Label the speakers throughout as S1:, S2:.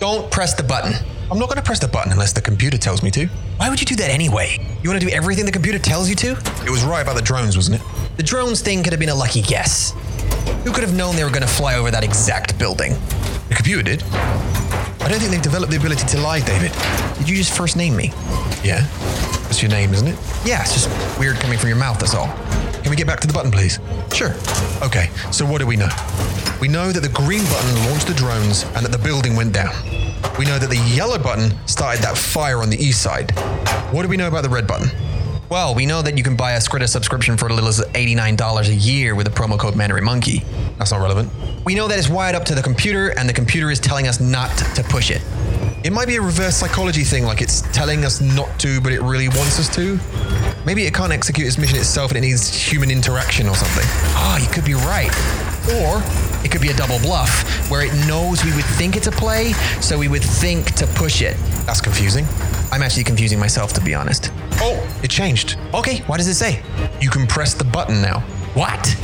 S1: Don't press the button.
S2: I'm not going to press the button unless the computer tells me to.
S1: Why would you do that anyway? You want to do everything the computer tells you to?
S2: It was right about the drones, wasn't it?
S1: The drones thing could have been a lucky guess. Who could have known they were going to fly over that exact building?
S2: The computer did. I don't think they've developed the ability to lie, David.
S1: Did you just first name me?
S2: Yeah? That's your name, isn't it?
S1: Yeah, it's just weird coming from your mouth, that's all.
S2: Can we get back to the button, please?
S1: Sure.
S2: Okay, so what do we know? We know that the green button launched the drones and that the building went down. We know that the yellow button started that fire on the east side. What do we know about the red button?
S1: Well, we know that you can buy a Scritta subscription for as little as $89 a year with the promo code MandarinMonkey.
S2: That's not relevant.
S1: We know that it's wired up to the computer, and the computer is telling us not to push it.
S2: It might be a reverse psychology thing, like it's telling us not to, but it really wants us to. Maybe it can't execute its mission itself and it needs human interaction or something.
S1: Ah, you could be right. Or it could be a double bluff, where it knows we would think it's a play, so we would think to push it.
S2: That's confusing.
S1: I'm actually confusing myself, to be honest.
S2: Oh, it changed.
S1: Okay, what does it say?
S2: You can press the button now.
S1: What?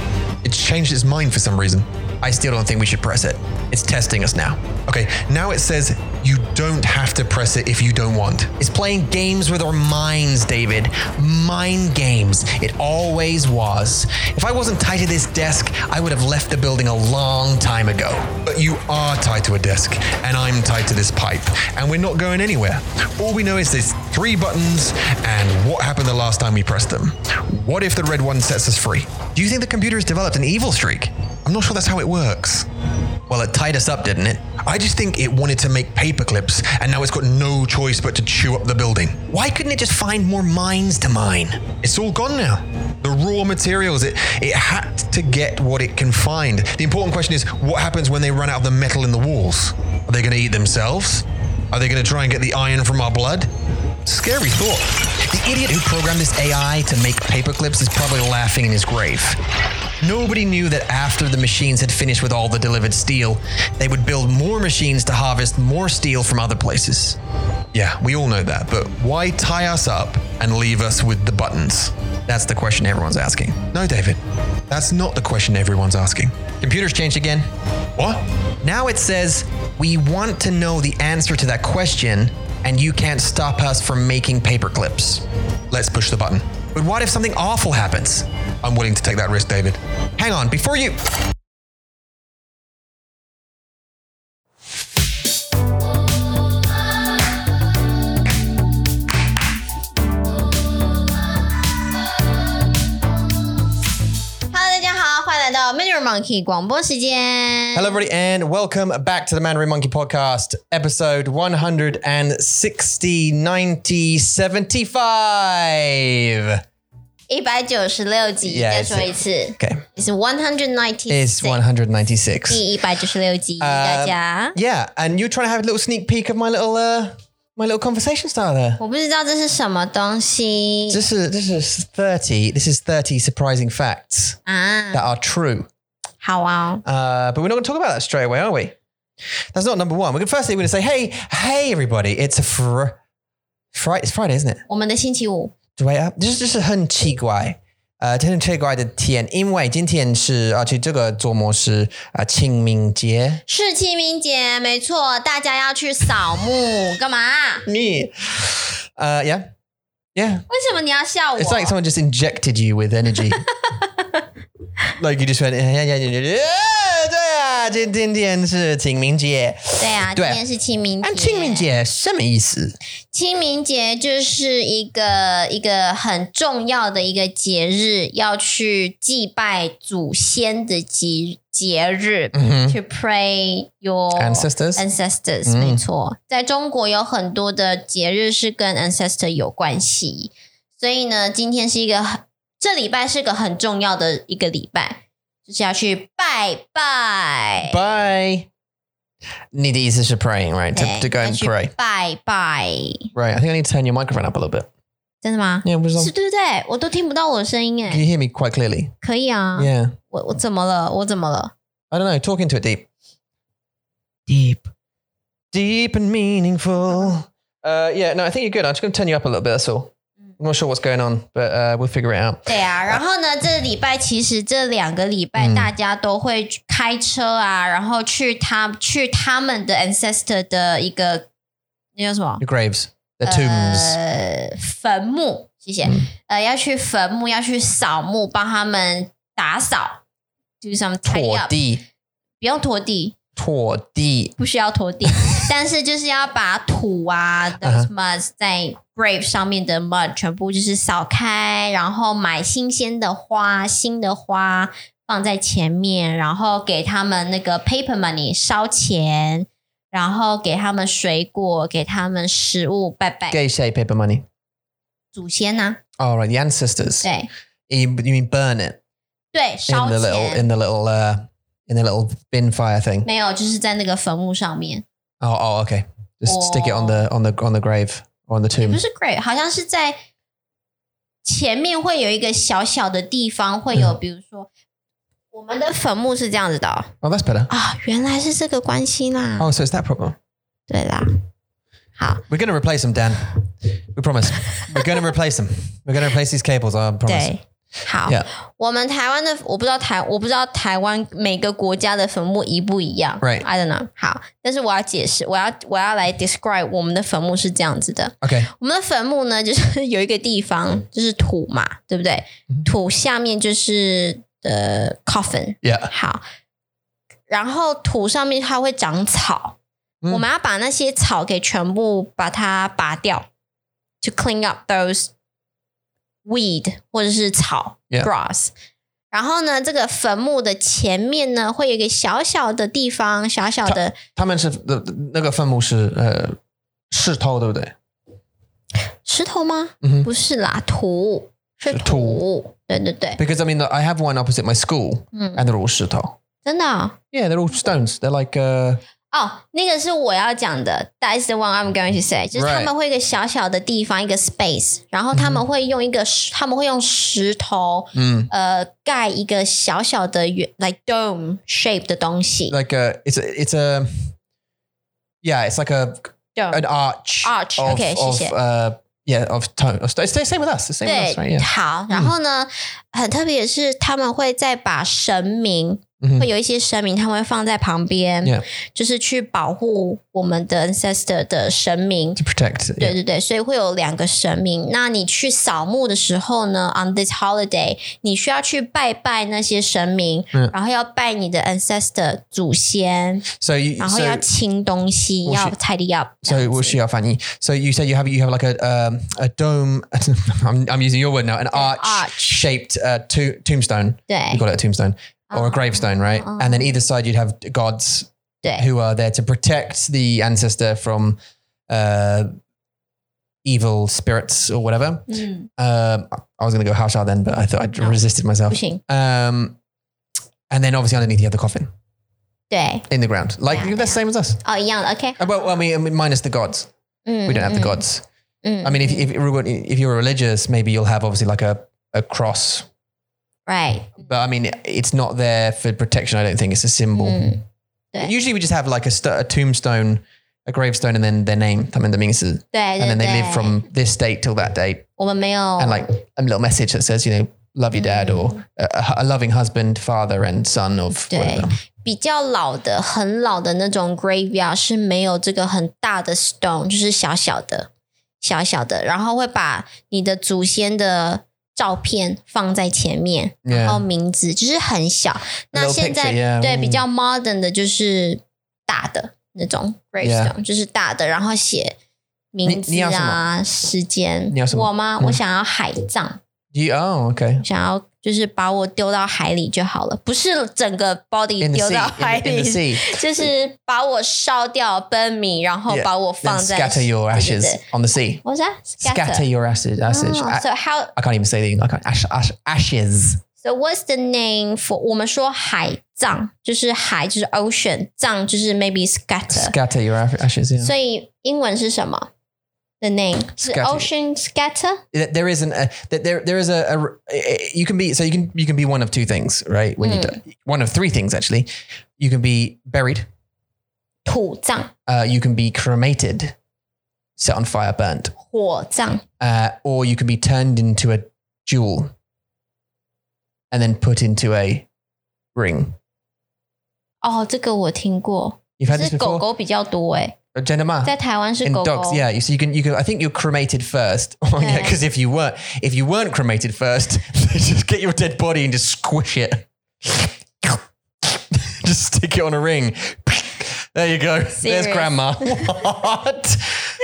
S2: It's changed its mind for some reason.
S1: I still don't think we should press it. It's testing us now.
S2: Okay, now it says you don't have to press it if you don't want.
S1: It's playing games with our minds, David. Mind games. It always was. If I wasn't tied to this desk, I would have left the building a long time ago.
S2: But you are tied to a desk, and I'm tied to this pipe, and we're not going anywhere. All we know is there's three buttons, and what happened the last time we pressed them? What if the red one sets us free?
S1: Do you think the computer has developed an evil streak?
S2: I'm not sure that's how it works.
S1: Well, it tied us up, didn't it?
S2: I just think it wanted to make paper clips, and now it's got no choice but to chew up the building.
S1: Why couldn't it just find more mines to mine?
S2: It's all gone now. The raw materials, it, it had to get what it can find. The important question is what happens when they run out of the metal in the walls? Are they going to eat themselves? Are they going to try and get the iron from our blood? Scary thought.
S1: The idiot who programmed this AI to make paperclips is probably laughing in his grave. Nobody knew that after the machines had finished with all the delivered steel, they would build more machines to harvest more steel from other places.
S2: Yeah, we all know that, but why tie us up and leave us with the buttons?
S1: That's the question everyone's asking.
S2: No, David, that's not the question everyone's asking.
S1: Computers changed again.
S2: What?
S1: Now it says, We want to know the answer to that question, and you can't stop us from making paperclips.
S2: Let's push the button.
S1: But what if something awful happens?
S2: I'm willing to take that risk, David.
S1: Hang on, before you.
S3: Hello，大家好，欢迎来到 Mandarin Monkey 广播时间。
S1: Hello, everybody, and welcome back to the Mandarin Monkey Podcast, episode 160, 90, 75.
S3: 一百九十六集
S1: Yeah,
S3: 再说一次
S1: Okay,
S3: ，It's one hundred ninety
S1: it's Uh，196.
S3: 第一百九十六集，大家。
S1: Yeah, and you're trying to have a little sneak peek of my little, uh, my little conversation style there.
S3: 我不知道这是什么东西
S1: This is this is thirty. This is thirty surprising facts
S3: 啊，
S1: that are true.
S3: 好啊，
S1: Uh, but we're not going to talk about that straight away, are we? That's not number one. We're gonna, firstly we're going to say, hey, hey, everybody, it's a fr- Friday. It's Friday, isn't it?
S3: 我们的星期五
S1: Do I up? 就是很奇怪。呃，很奇怪的体验，因为今天是，而且这个周末是啊、呃、清明节，
S3: 是清明节，没错，大家要去扫墓，干嘛？
S1: me, uh, yeah, yeah.
S3: 为什么你要笑我？
S1: It's like someone just injected you with energy. like you just went, yeah, yeah, yeah, yeah, yeah. 对啊，今今天是清明节。
S3: 对啊，今
S1: 对
S3: 天是清明节。
S1: And 清明，节什么意思？
S3: 清明节就是一个一个很重要的一个节日，要去祭拜祖先的节节日。
S1: 嗯哼，
S3: To pray your
S1: Ancestors
S3: ancestors，、
S1: 嗯
S3: 没错，在中国有很多的节日是跟 ancestor 有关系，所以呢，今天是一个很这礼拜是个很重要的一个礼拜，就是要去拜拜，
S1: 拜。你的意思是 praying right to
S3: 对
S1: to go
S3: 哎要
S1: and
S3: 去
S1: pray
S3: 拜拜，
S1: right? I think I need to turn your microphone up a little bit.
S3: 真的吗？
S1: Yeah, 不知道
S3: 是对不对？我都听不到我的声音
S1: Can
S3: 哎，
S1: you hear me quite clearly?
S3: 可以啊。
S1: Yeah.
S3: 我我怎么了？我怎么了？
S1: I don't know. Talking to it deep. Deep.
S3: Uh-huh.
S1: Deep and meaningful. Uh, yeah, no, I think you're good. I'm just going to turn you up a little bit. That's all.
S3: Mm.
S1: I'm not sure what's going on, but uh, we'll figure it out.
S3: 对啊，然后呢，这礼拜其实这两个礼拜大家都会开车啊，然后去他去他们的 ancestor 的一个那叫什么
S1: The graves, the
S3: Uh,
S1: tombs.
S3: 呃坟墓，谢谢，呃要去坟墓要去扫墓，帮他们打扫，do some tidy
S1: 拓
S3: up，
S1: 地，
S3: 不用拖地，
S1: 拓地。
S3: 不需要拖地， 但是就是要把土啊
S1: 嗯
S3: 的
S1: 哼
S3: 什么在 grave 上面的 mud 全部就是扫开，然后买新鲜的花，新的花放在前面，然后给他们那个 paper money 烧钱，然后给他们水果，给他们食物，拜拜
S1: Gay say paper money.
S3: 祖先呐、
S1: All right, the ancestors.
S3: 对
S1: You, you mean burn it
S3: 对，
S1: in
S3: 烧
S1: the little
S3: 钱
S1: in the little uh, in the little bin fire thing?
S3: 没有，就是在那个坟墓上面，
S1: Oh, oh, okay. Just stick it on the on the on the grave or on the
S3: 也
S1: tomb.
S3: 不是 grave，好像是在前面会有一个小小的地方，会有比如说我们的坟墓是这样子的哦
S1: 哦 Oh, that's better.
S3: 啊、原来是这个关系啦，
S1: Oh, so it's that problem.
S3: 对啦，好，
S1: We're going to replace them, Dan. We promise. We're going to replace them. We're going to replace these cables. I promise.
S3: 对。好
S1: Yeah.
S3: 我们台湾的我不知道台我不知道台湾每个国家的坟墓一不一样
S1: Right.
S3: I don't know。好，但是我要解释，我要我要来 describe 我们的坟墓是这样子的。
S1: Okay.
S3: 我们的坟墓呢，就是有一个地
S1: 嗯
S3: 方就是土嘛，对不对？土下面就是呃 coffin，
S1: Yeah.
S3: 好，然后土上面它会长草，
S1: 嗯
S3: 我们要把那些草给全部把它拔掉，to clean up those weed 或者是草
S1: Yeah.
S3: grass。然后呢，这个坟墓的前面呢，会有一个小小的地方，小小的
S1: 他们是那那个分母是呃石头对不对？嗯哼，
S3: 石头吗？不是啦，土是
S1: 嗯是
S3: 土，
S1: 土
S3: 对对对，
S1: Because I mean, I have one opposite my school,
S3: 嗯，
S1: and they're all 石头。
S3: 真的哦
S1: Yeah, they're all stones. They're like uh,
S3: 哦，那个是我要讲的，That is the one I'm going to say，就是
S1: Right.
S3: 他们会有一个小小的地方，一个 space，然后他们会用
S1: 嗯
S3: 一个石，他们会用石头，
S1: mm,
S3: 呃，盖一个小小的圆，like dome shape 的东西
S1: like a it's a it's a yeah, it's like a
S3: ，dome
S1: an arch
S3: Oh. Arch,
S1: of,
S3: okay,
S1: of
S3: 谢谢。
S1: uh yeah of tone. Of sto- it's the same with us. The same with us, right?
S3: 对，
S1: Yeah.
S3: 好，然后呢，很特别的是，他们会再把神明，
S1: 嗯哼
S3: 会有一些神明，他们会放在旁边
S1: Yeah.
S3: 就是去保护我们的 ancestor 的神明
S1: To protect.
S3: 对
S1: Yeah.
S3: 对对，所以会有两个神明。那你去扫墓的时候呢，on this holiday，你需要去拜拜那些神明，
S1: 嗯
S3: 然后要拜你的 ancestor 祖先，
S1: So you
S3: 然后
S1: so,
S3: 要清东西，
S1: 我是
S3: 要 tidy up 这
S1: So
S3: 样子。
S1: we'll see Fanny. So you say you have you have like a um, a dome. I'm, I'm using your word now. An arch,
S3: arch. Eh.
S1: shaped uh, to, tombstone. You
S3: 对
S1: call it a tombstone or
S3: Uh-huh.
S1: a gravestone, right?
S3: Uh-huh.
S1: And then either side you'd have gods
S3: 对
S1: who are there to protect the ancestor from uh, evil spirits or whatever.
S3: 嗯，
S1: Um, I was going to go Hashar then, but I thought I would
S3: No.
S1: resisted
S3: 不
S1: myself.
S3: 行，
S1: Um, and then obviously underneath you have the coffin
S3: 对
S1: in the ground, like
S3: Yeah,
S1: that's the same as us.
S3: 哦，一样的，OK，
S1: Uh, Well, I mean, I mean, minus the gods,
S3: 嗯
S1: we don't have the
S3: 嗯
S1: gods.
S3: 嗯
S1: I mean, if if if you're religious, maybe you'll have obviously like a, a cross,
S3: right，
S1: but I mean, it's not there for protection. I don't think it's a symbol.
S3: 嗯，Yeah.
S1: Usually, we just have like a, st- a tombstone, a gravestone, and then their name. I mean, the means, and
S3: 对对
S1: then they
S3: 对
S1: live，from this date till that date,
S3: 我们没有
S1: and like a little message that says, you know, love your dad or a, a- a loving husband, father, and son of
S3: Yeah.
S1: whatever.
S3: 比较老的、很老的那种 graveyard 是没有这个很大的 stone，就是小小的、小小的，然后会把你的祖先的照片放在前面，
S1: Yeah.
S3: 然后名字就是很小。那
S1: 嗯 Little
S3: 现在
S1: picture, yeah.
S3: 对
S1: Mm.
S3: 比较 modern 的就是大的那种 gravestone，、就是大的，然后写名字
S1: 你要什
S3: 啊、时间。
S1: 你要什么
S3: 我吗？
S1: 嗯
S3: 我想要海葬。
S1: You oh okay.
S3: 想要就是把我丢到海里就好了，不是整个 body
S1: In the
S3: 丢
S1: sea,
S3: 到
S1: in
S3: 海
S1: the, in
S3: 里
S1: the，sea,
S3: 就是把我烧掉 burn me，然后
S1: Yeah，
S3: 把我
S1: then
S3: 放在
S1: scatter your
S3: 对
S1: ashes
S3: 对对
S1: on the sea.
S3: 我说
S1: Scatter your ashes, ashes.
S3: Oh,
S1: A-
S3: so how
S1: I can't even say the I can't, ash, ash, ashes.
S3: so what's the name for 我们说海葬就是海就是 ocean 葬就是 maybe scatter，
S1: Scatter your ash- ashes. Yeah.
S3: 所以英文是什么？The name 是
S1: Scatter
S3: ocean scatter，
S1: Th- there isn't a th- there there is a, a- a- you can be so you can you can be one of two things right when you die one of three things actually you can be buried
S3: 土葬
S1: uh, you can be cremated set on fire, burnt,
S3: 火葬，
S1: uh, or you can be turned into a jewel and then put into a ring.
S3: 哦，这个我听过，
S1: You've had this
S3: 是
S1: before.
S3: 狗狗比较多哎、
S1: Uh, Jenna Ma.
S3: 在台湾是
S1: and
S3: 狗狗
S1: dogs, yeah. You So you can, you can. I think you're cremated first. Oh yeah,
S3: Yeah.
S1: because if you weren't, if you weren't cremated first, they just get your dead body and just squish it. just stick it on a ring. There you go. There's
S3: Serious.
S1: grandma. What?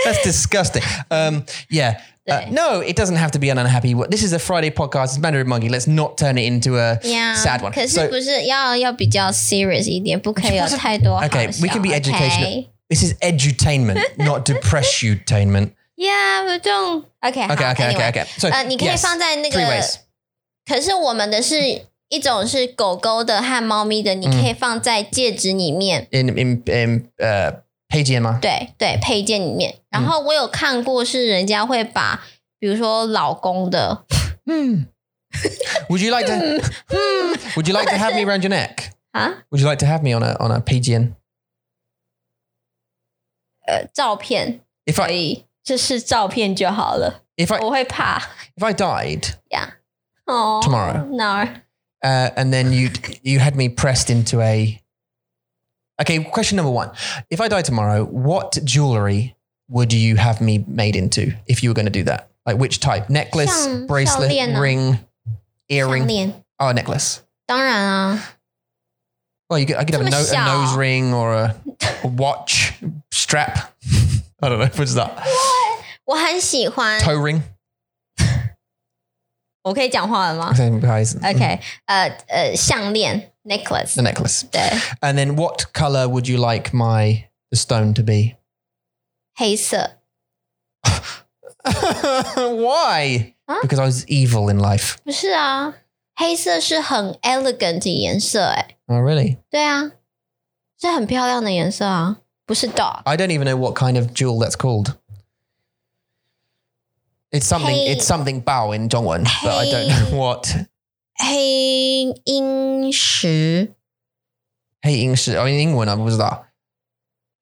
S1: That's disgusting. Um, yeah. Uh,
S3: Day.
S1: no, it doesn't have to be an unhappy. wo- This is a Friday podcast. It's Mandarin Monkey. Let's not turn it into a
S3: Yeah,
S1: sad one.
S3: 可
S1: So-
S3: 是不是要要比较 serious 一点，不可以有太多好笑。
S1: Okay, we can be educational.
S3: okay?
S1: this is edutainment, not depress utainment.
S3: Yeah, we don't. Okay,
S1: Okay,
S3: 好
S1: okay, okay,
S3: anyway.
S1: okay. So
S3: 呃，Uh, 你可以
S1: yes,
S3: 放在那
S1: three
S3: 个
S1: ways.，
S3: 可是我们的是一种是狗狗的和猫咪的，你可以放在戒指里面，
S1: in in in uh Pagey Emma.
S3: 对对，配件里面。然后我有看过是人家会把，比如说老公的，
S1: Hmm. Would you like to Would you like to have me around your neck?
S3: 啊
S1: Would you like to have me on a on a PGN?
S3: 呃照片，
S1: If
S3: 可
S1: I
S3: 以，这是照片就好了，
S1: if I
S3: 我会怕
S1: if I died
S3: 哦。
S1: Tomorrow.
S3: no。
S1: uh, and then you you had me pressed into a Okay, question number 1. If I die tomorrow, what jewelry would you have me made into if you were going to do that? Like which type? Necklace,
S3: Shang-
S1: bracelet,
S3: 项链啊。
S1: ring,
S3: 项
S1: earring?
S3: 链，
S1: Oh, necklace.
S3: 当然啊，
S1: Well, you could, I could have a, no, a
S3: 这么小。
S1: nose ring or a, a watch strap. I don't know. What's that?
S3: 我很喜欢。
S1: Toe ring.
S3: 我可以讲话了吗
S1: 嗯
S3: ？OK，呃呃，项链 necklace，
S1: The necklace.
S3: 对，
S1: And then what color would you like my the stone to be?
S3: 黑色
S1: Why?
S3: Huh?
S1: Because I was evil in life.
S3: 不是啊，黑色是很 elegant 的颜色、哎，
S1: Oh, really?
S3: 对啊，是很漂亮的颜色啊，不是 dark，
S1: I don't even know what kind of jewel that's called. It's something.
S3: Hey.
S1: It's something bao in Dongwon, but I don't know
S3: Hey.
S1: what.
S3: 黑英石。
S1: Hey, oh, English. I mean, England. I was that.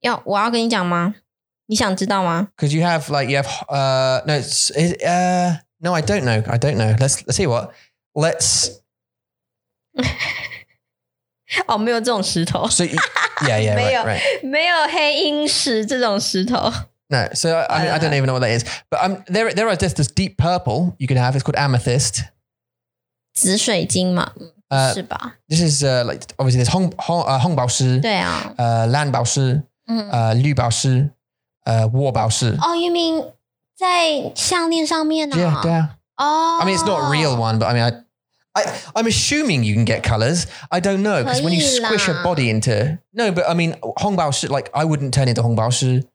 S3: 要我要跟你讲吗？你想知道吗？
S1: because you have like you have uh no it's it, uh no I don't know I don't know let's let's see what let's
S3: 哦，没有这种石头，
S1: so you, yeah yeah right
S3: Mayo.
S1: right
S3: 没有黑英石这种石头。
S1: no so I, I, mean, I don't even know what that is but um there there are just this deep purple you can have it's called amethyst
S3: 紫水晶嘛，
S1: 呃
S3: 是吧？
S1: this is uh like obviously there's Hong Hong uh, Hong Bao Shi
S3: 对啊，
S1: uh Lan Bao Shi
S3: 嗯，
S1: uh Liu Bao Shi uh War Bao Shi
S3: 哦，you mean 在项链上面呢、
S1: yeah yeah
S3: 哦
S1: I mean, it's not a real one, but I mean, I, I, I'm assuming you can get colors. I don't know because when you squish a
S3: 可以啦。
S1: body into no, but I mean, Hongbao Shi, like I wouldn't turn into Hongbao Shi.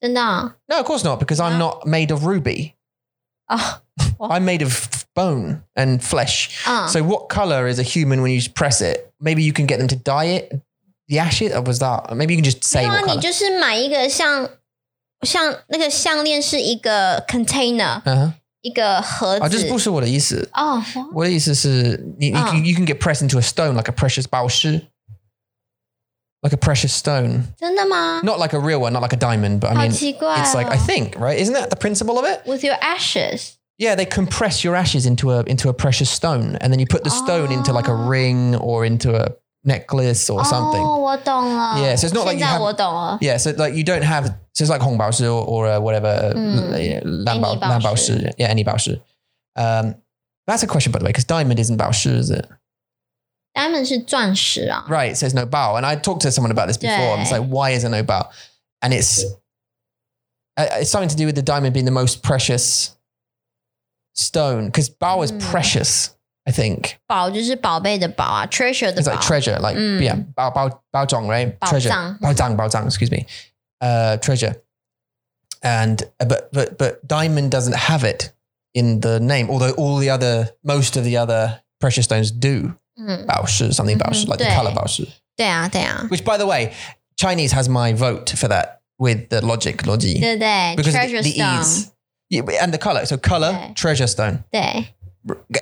S3: 真的啊
S1: No, of course not, because I'm
S3: No?
S1: not made of ruby.
S3: 哦，
S1: I'm made of bone and flesh.
S3: 嗯
S1: So, what color is a human when you press it? Maybe you can get them to dye it, yash it, or was that? Maybe you can just
S3: 没
S1: say
S3: 有
S1: what
S3: 啊，你
S1: color.
S3: 就是买一个像像那个项链是一个 container，
S1: Uh-huh.
S3: 一个盒
S1: I just
S3: 子
S1: also what it is. uh,
S3: 哦，
S1: What it is is uh, you, you, can, you can get pressed into a stone like a precious bao shi, like a precious stone.
S3: 真的吗？
S1: not like a real one, not like a diamond, but I
S3: 好
S1: mean,
S3: 奇怪、哦、
S1: it's like I think, right? Isn't that the principle of it?
S3: with your ashes，
S1: Yeah, they compress your ashes into a into a precious stone, and then you put the stone into like a
S3: Oh.
S1: ring or into a necklace or
S3: 哦，
S1: something.
S3: 我懂了。
S1: Yeah, so it's not like
S3: 现
S1: you
S3: 在
S1: have-
S3: 我懂了。
S1: Yeah, so like you don't have so it's like Hongbaoshi or, or uh, whatever
S3: Mm.
S1: uh, yeah, Lanbao-
S3: Any 宝石.
S1: Lanbaoshi. Yeah, any Baoshi. Um, that's a question, by the way, because diamond isn't Baoshi, is it?
S3: diamond 是钻石啊，
S1: Right, so it's no Bao. And I talked to someone about this before. and It's
S3: Yeah.
S1: like, why is there no Bao? And it's uh, it's something to do with the diamond being the most precious stone because Bao is
S3: Mm.
S1: precious, I think.
S3: 宝就是宝贝的宝啊，treasure 的
S1: It's
S3: 宝
S1: like treasure, like,
S3: Mm.
S1: yeah, Bao, Bao, Bao Zhong, right? treasure.
S3: 宝藏。
S1: Bao Zhang, Bao Zhang, excuse me. Uh, treasure. And, uh, but, but, but diamond doesn't have it in the name, although all the other, most of the other precious stones do.
S3: 嗯，
S1: Bao Shi, something Bao
S3: Mhm,
S1: Shi, like the
S3: 对。
S1: color Bao Shi.
S3: 对啊，对啊，
S1: Which, by the way, Chinese has my vote for that with the logic, logi.
S3: 对不对
S1: Because of
S3: ？treasure
S1: the, the
S3: stone，
S1: ease. Yeah, but- and the color. So, color,
S3: Okay.
S1: treasure stone.
S3: 对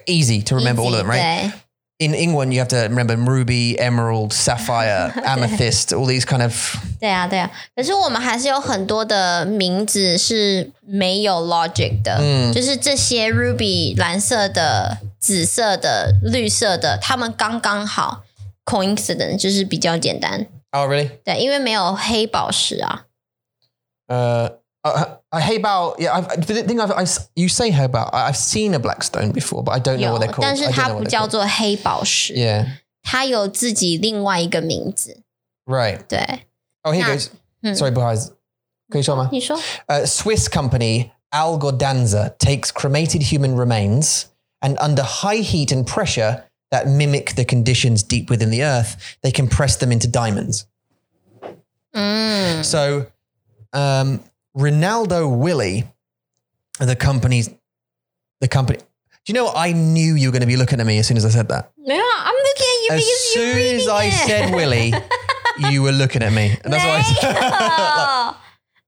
S1: Easy to remember all of
S3: easy，
S1: them, right?
S3: 对
S1: in England, you have to remember ruby, emerald, sapphire, amethyst, all these kind of.
S3: 对啊，对啊。可是我们还是有很多的名字是没有 logic 的，
S1: 嗯
S3: 就是这些 ruby 蓝色的、紫色的、绿色的，它们刚刚好 coincident 就是比较简单。
S1: Oh, really?
S3: 对，因为没有黑宝石啊。
S1: Uh, uh, uh, Haybal, yeah, I've, I think I've, I, s- you say Haybal. I- I've seen a black stone before, but I don't know
S3: 有
S1: what they're，called.
S3: 但是
S1: I don't
S3: 它
S1: know
S3: 不
S1: what they're
S3: 叫
S1: called.
S3: 做黑宝石，
S1: Yeah,
S3: 它有自己另外一个名字。
S1: right.
S3: 对，
S1: Oh, here
S3: Nah.
S1: goes.
S3: Hmm.
S1: Sorry, Bahaz. Kushama.
S3: 你说
S1: Uh, Swiss company Al Gordanza takes cremated human remains and under high heat and pressure that mimic the conditions deep within the earth, they compress them into diamonds.
S3: 嗯
S1: So, um, Ronaldo Willie, the company's the company. Do you know? I knew you were going to be looking at me as soon as I said that.
S3: 没有，I'm 啊 looking at you
S1: As
S3: because you're
S1: soon as I
S3: reading it.
S1: said Willie, you were looking at me. And that's why I said.
S3: 没有。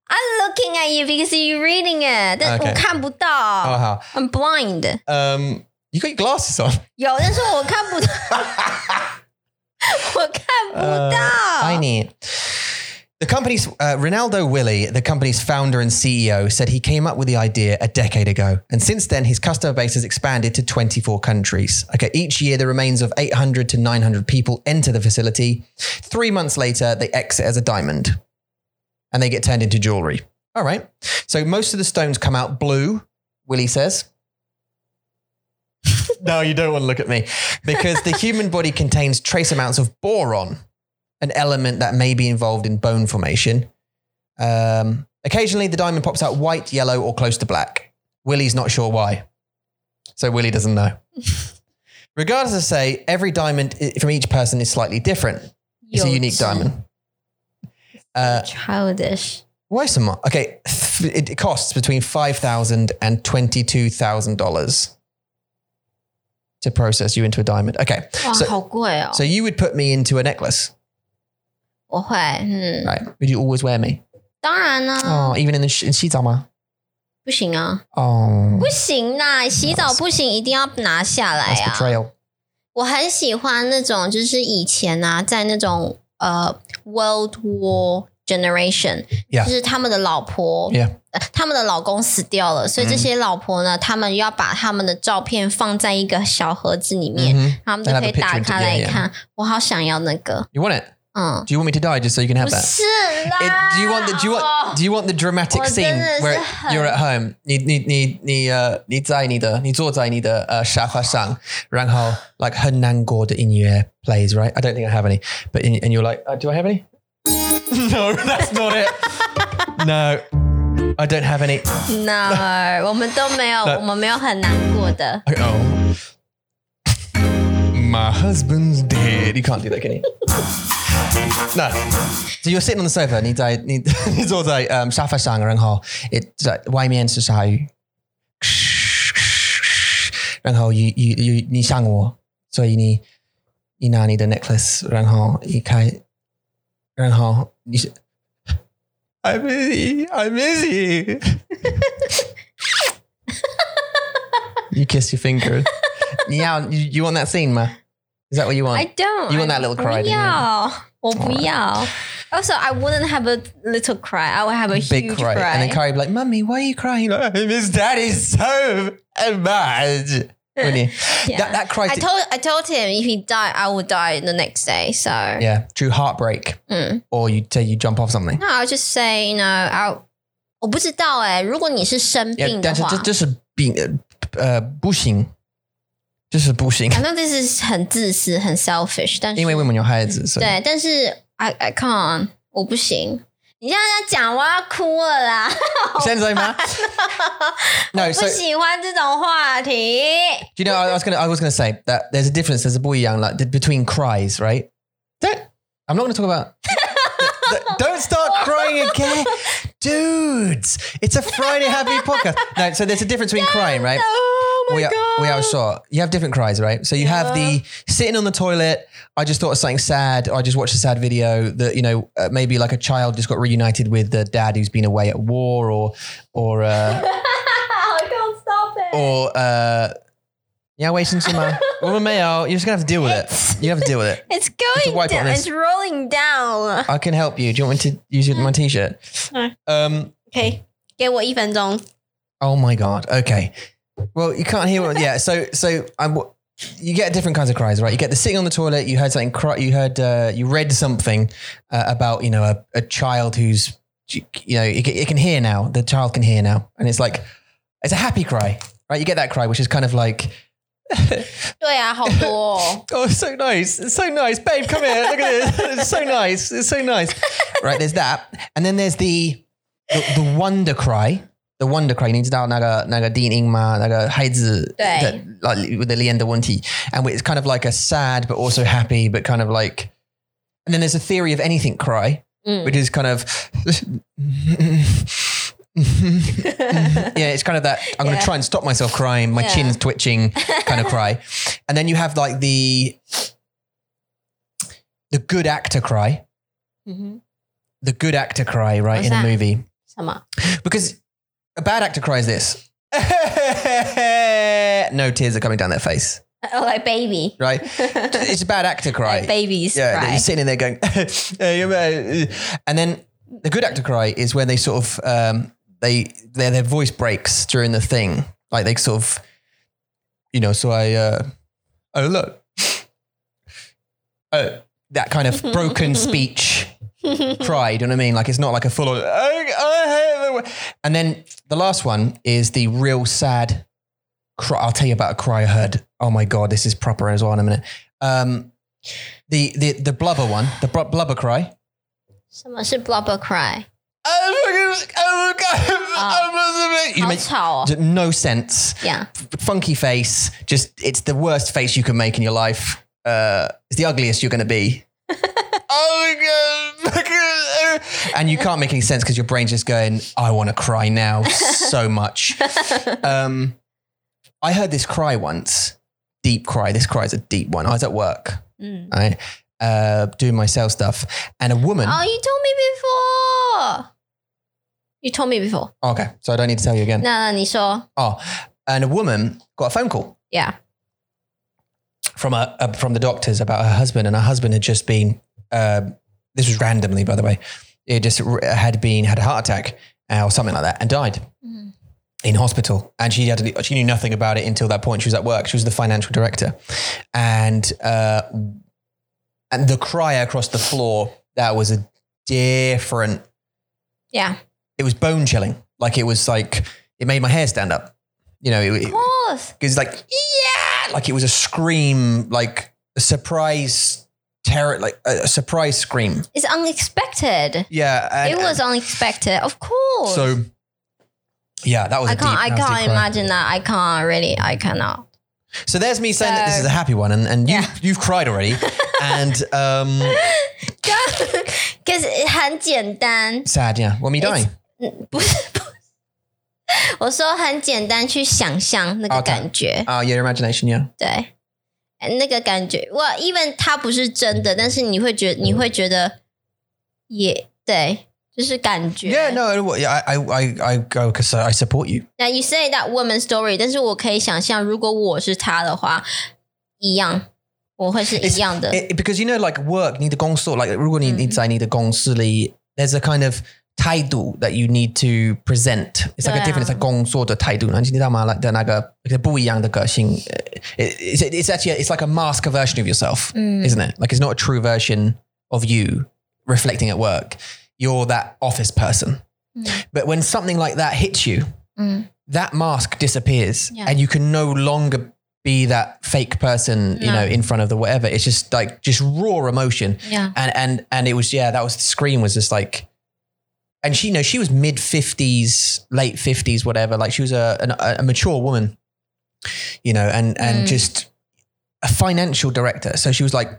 S3: I'm looking at you because you're reading it，但
S1: Okay.
S3: 我看不到。
S1: oh, how?
S3: I'm blind，
S1: Um, you got your glasses on.
S3: 有，但是我看不 到，我看不到。
S1: Uh, I need. The company's uh, Ronaldo Willie, the company's founder and CEO, said he came up with the idea a decade ago, and since then his customer base has expanded to 24 countries. Okay, each year the remains of 800 to 900 people enter the facility. Three months later, they exit as a diamond, and they get turned into jewelry. All right. So most of the stones come out blue. Willie says. no, you don't want to look at me because the human body contains trace amounts of boron an element that may be involved in bone formation. Um, occasionally, the diamond pops out white, yellow, or close to black. Willie's not sure why. So, Willie doesn't know. Regardless of say, every diamond i- from each person is slightly different. It's a
S3: 有
S1: unique
S3: 机
S1: diamond. Uh,
S3: Childish，
S1: why some? Okay, th- it it costs between $5,000 and $22,000 to process you into a diamond. Okay,
S3: 哇，
S1: so,
S3: 好贵哦
S1: so！you would put me into a necklace,
S3: 我会，嗯，
S1: right? Would you always wear me?
S3: 当然啦，
S1: Oh, even in the sh- in Shizama.
S3: 不行啊，
S1: Oh,
S3: 不行啦，洗澡不行，一定要拿下来
S1: that's
S3: 啊。
S1: betrayal.
S3: 我很喜欢那种，就是以前啊，在那种呃 World War Generation，、
S1: Yeah.
S3: 就是他们的老婆
S1: Yeah.
S3: 呃他们的老公死掉了，所以
S1: 嗯
S3: 这些老婆呢，他们要把他们的照片放在一个小盒子里面，
S1: Mhm.
S3: 他们就
S1: Then
S3: 可以
S1: have a picture
S3: 打
S1: in
S3: 开
S1: together,
S3: 来
S1: yeah.
S3: 看。我好想要那个，
S1: You want it?
S3: 嗯，
S1: Do you want me to die just so you can have
S3: 不
S1: that?
S3: 是
S1: It,
S3: 啦。
S1: do you want the do you want
S3: 哦
S1: do you want the dramatic
S3: Well,
S1: scene
S3: then it's
S1: where
S3: a hun-
S1: you're at home? uh, 你你你你呃你在你的你坐在你的呃沙发上，然后 like 很难过的音乐 plays right? I don't think I have any, but in, and you're like, uh, do I have any? no, that's not it. no, I don't have any.
S3: no，我们都没有，我们没有很难过的。
S2: Oh. My husband's dead.
S1: You can't do that, can you? no. So you're sitting on the sofa, 你在- 你-你坐在, um, 沙发上，然后 it- 在-外面是鲨鱼。然后 you- you- you- 你想我，所以你-你拿你的 necklace，然后一开，然后你是- I miss you, I miss you. you kiss your finger. 你要- you, you want that scene 吗？Is that what you want?
S3: I don't.
S1: You want
S3: I
S1: that little
S3: 不
S1: cry, don't you?
S3: 要，我不要。Also, I wouldn't have a little cry. I would have a
S1: big
S3: huge
S1: cry. And then Carrie
S3: cry.
S1: would be like, Mummy, why are you crying? Like, "Oh, Miss Daddy's so mad. Wouldn't you?
S3: Yeah.
S1: That, that cry.
S3: I
S1: did-
S3: told I told him if he died, I would die the next day. So
S1: yeah, true heartbreak.
S3: Mm.
S1: Or you say you jump off something.
S3: no, I'll just say you know I 我不知道哎、如果你是生
S1: Yeah,
S3: 病的
S1: that's
S3: 话
S1: just, just a being, uh, uh, bushing. Just a bushing.
S3: I know this is 很自私、很 selfish，但是
S1: Anyway, women, your heads. So.
S3: 对，但是 I I can't，我不行。你现在讲，我要哭 了啦！
S1: Sounds like ma- No,
S3: 不
S1: so
S3: 喜欢这种话题。
S1: do you know? I was gonna, I was gonna say that there's a difference. There's a boy young like d- between cries, right? Don't. I'm not gonna talk about. Th- don't start crying again, dudes. It's a Friday happy podcast. No, so there's a difference between crying, right?
S3: Oh my
S1: we are,
S3: god！
S1: we are short. You have different cries, right? So you have
S3: Yeah.
S1: the sitting on the toilet. I just thought of something sad. I just watched a sad video that you know uh, maybe like a child just got reunited with the dad who's been away at war, or or uh, Oh，
S3: I can't stop it.
S1: or uh, 你要卫生纸吗？我们没有。You're just gonna have to deal with it. You have to deal with it.
S3: It's
S1: wipe
S3: going
S1: on
S3: down.
S1: this.
S3: It's rolling down.
S1: I can help you. Do you want me to use your- my T-shirt?
S3: Mm.
S1: Um.
S3: OK，给我一分钟。
S1: Oh my god. Okay. Well, you can't hear what. Yeah. So so I'm. You get different kinds of cries, right? You get the sitting on the toilet. You heard something. Cry, you heard. Uh, you read something uh, about you know a, a child who's you know it, can- it can hear now. The child can hear now, and it's like it's a happy cry, right? You get that cry, which is kind of like
S3: 对啊，好多 哦。
S1: oh, it's so nice, it's so nice, babe, come here, look at this, it's so nice, it's so nice, right? There's that, and then there's the the, the wonder cry. The wonder cry，你知道那个那个低音吗？那个孩子
S3: 对
S1: 的 like with the 脸的问题，and it's kind of like a sad but also happy but kind of like, and then there's a theory of anything cry,
S3: 嗯
S1: which is kind of yeah it's kind of that i'm going
S3: Yeah.
S1: to try and stop myself crying my
S3: Yeah.
S1: chin's twitching kind of cry and then you have like the the good actor cry
S3: 嗯哼，
S1: the good actor cry right
S3: What's
S1: in
S3: that?
S1: a movie
S3: 什么？
S1: because a bad actor cries this no tears are coming down their face
S3: Oh, like baby.
S1: right it's a bad actor cry
S3: Like babies.
S1: yeah, that
S3: cry.
S1: you're sitting in there going, and then the good actor cry is when they sort of um, they their their voice breaks during the thing, like they sort of, you know. So I, uh, oh look, oh that kind of broken speech cry. Do you know what I mean? Like it's not like a full on. and then the last one is the real sad. Cry. I'll tell you about a cry I heard. Oh my god, this is proper as well in a minute. Um, the the the blubber one, the br- blubber cry.
S3: 什么是 blubber cry？
S1: Oh, You
S3: 好
S1: make
S3: 吵哦。
S1: j- no sense.
S3: Yeah.
S1: Funky face. Just it's the worst face you can make in your life. Uh, it's the ugliest you're going to be. Oh, and you can't make any sense because your brain's just going, I want to cry now so much. Um, I heard this cry once, deep cry. This cry is a deep one. I was at work,
S3: 嗯。
S1: I uh, doing my sales stuff, and a woman.
S3: Oh, you told me before. You told me before.
S1: oh, Okay, so I don't need to tell you again.
S3: 那你说
S1: Oh, and a woman got a phone call
S3: ，Yeah，
S1: from a, a from the doctors about her husband, and her husband had just been. Uh, this was randomly, by the way. It just r- had been had a heart attack uh, or something like that, and died in hospital. And she had to, she knew nothing about it until that point. She was at work. She was the financial director, and uh, and the cry across the floor that was a different.
S3: Yeah.
S1: it was bone chilling. Like it was like it made my hair stand up. You know, it, it,
S3: of course，
S1: Because like, yeah, like it was a scream, like a surprise terror, like a, a surprise scream.
S3: it's unexpected.
S1: Yeah. and-
S3: It was unexpected, of course.
S1: so, yeah, that was
S3: I
S1: a deep,
S3: can't, I
S1: that was a
S3: can't
S1: deep cry.
S3: imagine that. I can't really, I cannot.
S1: So there's me saying that this
S3: So-
S1: is a happy one, and, and you
S3: Yeah.
S1: you've cried already, and um,
S3: Because 很简单，
S1: sad, yeah. Well, me dying.
S3: 嗯，不是，不是， 我说很简单，去想象那个
S1: Okay
S3: 感觉
S1: Oh, your imagination, yeah.
S3: 对，哎那个感觉，哇，even 它不是真的，但是你会觉，你会觉得也对，就是感觉。
S1: Yeah, no, it wa- yeah, I, I, I, I go because I support you.
S3: Now you say that woman story，但是我可以想象，如果我是她的话，一样，我会是一样的。
S1: It- because you know, like work, need a gong sort. Like, 如果你-
S3: Mhm.
S1: 你在你的公司里 there's a kind of 态度 that you need to present. It's like a
S3: 对啊。
S1: different, it's like 工作的态度，你知道吗？Like 的那个不一样的个性。呃 it- It's it's actually it's like a mask version of yourself,
S3: 嗯
S1: isn't it? Like it's not a true version of you reflecting at work. You're that office person.
S3: Mm.
S1: But when something like that hits you,
S3: 嗯
S1: that mask disappears
S3: Yeah.
S1: and you can no longer be that fake person you
S3: No.
S1: know in front of the whatever it's just like just raw emotion
S3: ，Yeah，
S1: and and and it was yeah that was the scream was just like and she you know she was mid 50s late 50s whatever like she was a an, a mature woman you know and and
S3: Mm.
S1: just a financial director so she was like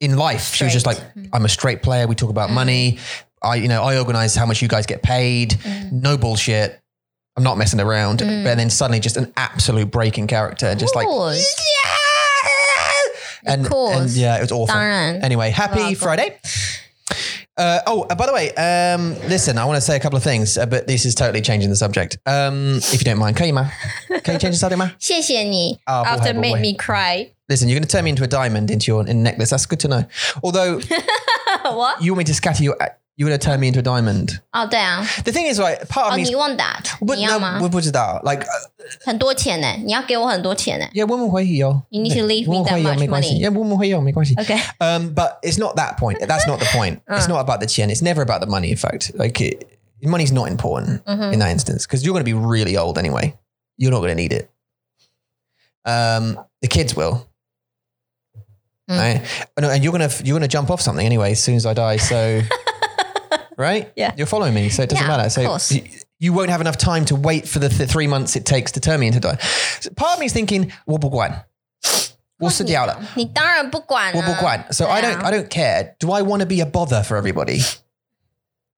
S1: in life she was just like
S3: Straight. Mm.
S1: i'm a straight player we talk about
S3: Mm.
S1: money i you know i organize how much you guys get paid
S3: 嗯，
S1: no bullshit. I'm not messing around.
S3: Mm.
S1: But then suddenly just an absolute breaking character and just like,
S3: course.
S1: yeah! and,
S3: course.
S1: and yeah, it was awful.
S3: 当然，
S1: Anyway, happy
S3: Bravo.
S1: Friday. Uh, oh, uh, by the way, um, listen, I want to say a couple of things, uh, but this is totally changing the subject. Um, if you don't mind, can you, ma? Can you change the subject, ma?
S3: 谢谢你、
S1: 啊不
S3: a f t e
S1: 会
S3: r
S1: 不会
S3: made me cry，
S1: Listen, you're going to turn me into a diamond into your in necklace. That's good to know. Although
S3: 我
S1: you want me to scatter you, you're going to turn me into a diamond.
S3: 哦对啊，
S1: The thing is, right? Part
S3: 哦
S1: of me.
S3: 你忘打，
S1: But
S3: 你要
S1: no,
S3: 吗？
S1: we put it out. Like, uh,
S3: 很多钱呢、你要给我很多钱呢、
S1: yeah, woman way yo.
S3: You need to leave me that much money.
S1: Yeah, woman way yo,
S3: OK，
S1: Um, but it's not that point. That's not the point. It's not about the chin. It's never about the money. In fact, like it, money's not important
S3: Mm-hmm.
S1: in that instance because you're going to be really old anyway. You're not going to need it. Um, the kids will.
S3: Mm.
S1: Right? Oh, And- And you're gonna you're gonna jump off something anyway as soon as I die. So, right?
S3: Yeah.
S1: You're following me, so it doesn't
S3: Yeah,
S1: matter.
S3: of
S1: So
S3: course.
S1: you, you won't have enough time to wait for the th- three months it takes to turn me into die. So part of me is thinking, 我不管，我死掉了。
S3: 你当然不管、啊，
S1: well, but Gwen, So I don't.
S3: Yeah.
S1: I don't care. Do I want to be a bother for everybody?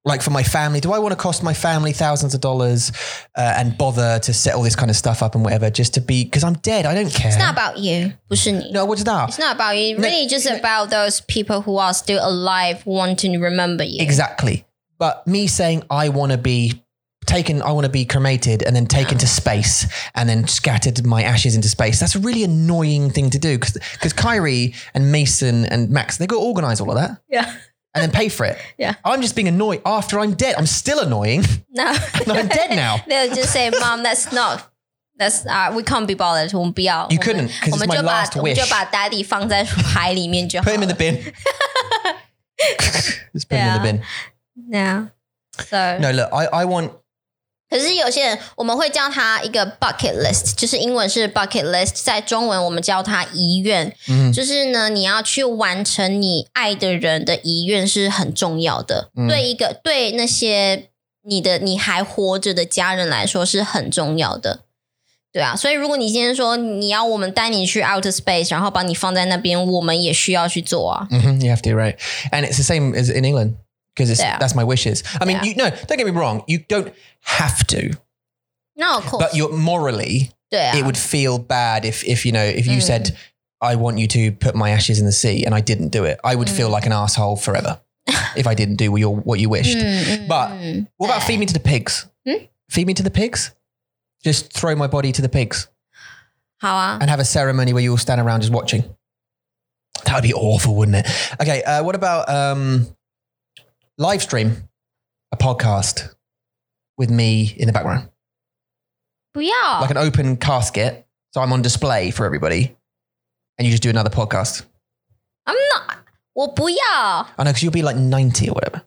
S1: Like for my family, do I want to cost my family thousands of dollars uh, and bother to set all this kind of stuff up and whatever just to be? Because I'm dead. I don't care.
S3: It's not about you，不是你。
S1: No, what's that?
S3: It's not about you. It
S1: No,
S3: Really, just about those people who are still alive, want to remember you.
S1: Exactly. But me saying I want to be taken, I want to be cremated and then taken to space and then scattered my ashes into space. That's a really annoying thing to do because Kyrie and Mason and Max they got to organize all of that.
S3: Yeah.
S1: and then pay for it.
S3: Yeah.
S1: I'm just being annoyed after I'm dead. I'm still annoying.
S3: No.
S1: No, I'm dead now.
S3: They'll just say, "Mom, that's not." That's uh, we can't be bothered. 我们不要。
S1: You
S3: 我们
S1: couldn't, 'cause it's
S3: 我们
S1: my
S3: 就把
S1: last
S3: 我们就
S1: wish.
S3: 把 Daddy 放在海里面就好
S1: Put
S3: 了。
S1: him in the bin. just put him in the bin.
S3: Yeah. So.
S1: No, look, I, I want.
S3: 可是有些人我们会叫它一个 bucket list，就是英文是 bucket list，在中文我们叫它遗愿。
S1: 嗯
S3: 就是呢，你要去完成你爱的人的遗愿是很重要的。
S1: 嗯
S3: 对一个对那些你的你还活着的家人来说是很重要的。对啊，所以如果你今天说你要我们带你去 outer space，然后把你放在那边，我们也需要去做啊。
S1: Mhm, you have to, right? And it's the same as in England because it's
S3: Yeah.
S1: that's my wishes. I mean,
S3: Yeah.
S1: you no, don't get me wrong. You don't have to,
S3: 那 of
S1: but
S3: course，
S1: you're morally,
S3: 对啊
S1: it would feel bad if if you know if you
S3: Mm.
S1: said. I want you to put my ashes in the sea, and I didn't do it. I would feel
S3: Mm.
S1: like an asshole forever if I didn't do what you what you wished.
S3: 嗯
S1: but-
S3: 嗯
S1: What about feed me to the pigs?
S3: Hmm?
S1: Feed me to the pigs? Just throw my body to the pigs
S3: 好啊，
S1: and have a ceremony where you all stand around just watching. That would be awful, wouldn't it? Okay, uh, what about um, live stream a podcast with me in the background,
S3: 不要
S1: like an open casket, so I'm on display for everybody, and you just do another podcast.
S3: I'm not，我不要，
S1: I know because you'll be like 90 or whatever.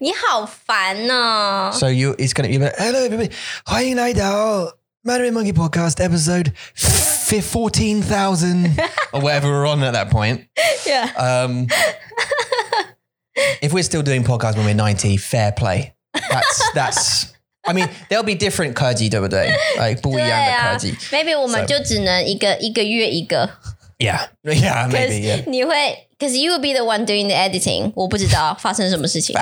S3: 你好烦呢、
S1: So you, it's going to be like, hello everybody, hi Nidal, Mandarin Monkey Podcast episode f- fourteen thousand or whatever we're on at that point.
S3: Yeah.
S1: Um, if we're still doing podcasts when we're ninety, fair play. That's that's. I mean, there'll be different 科技，对不对？Like 不一样的科技。
S3: Maybe 我们
S1: So-
S3: 就只能一个一个月一个
S1: Yeah, yeah, maybe. Yeah.
S3: 'Cause 你会，cause you will be the one doing the editing。我不知道发生什 么事情，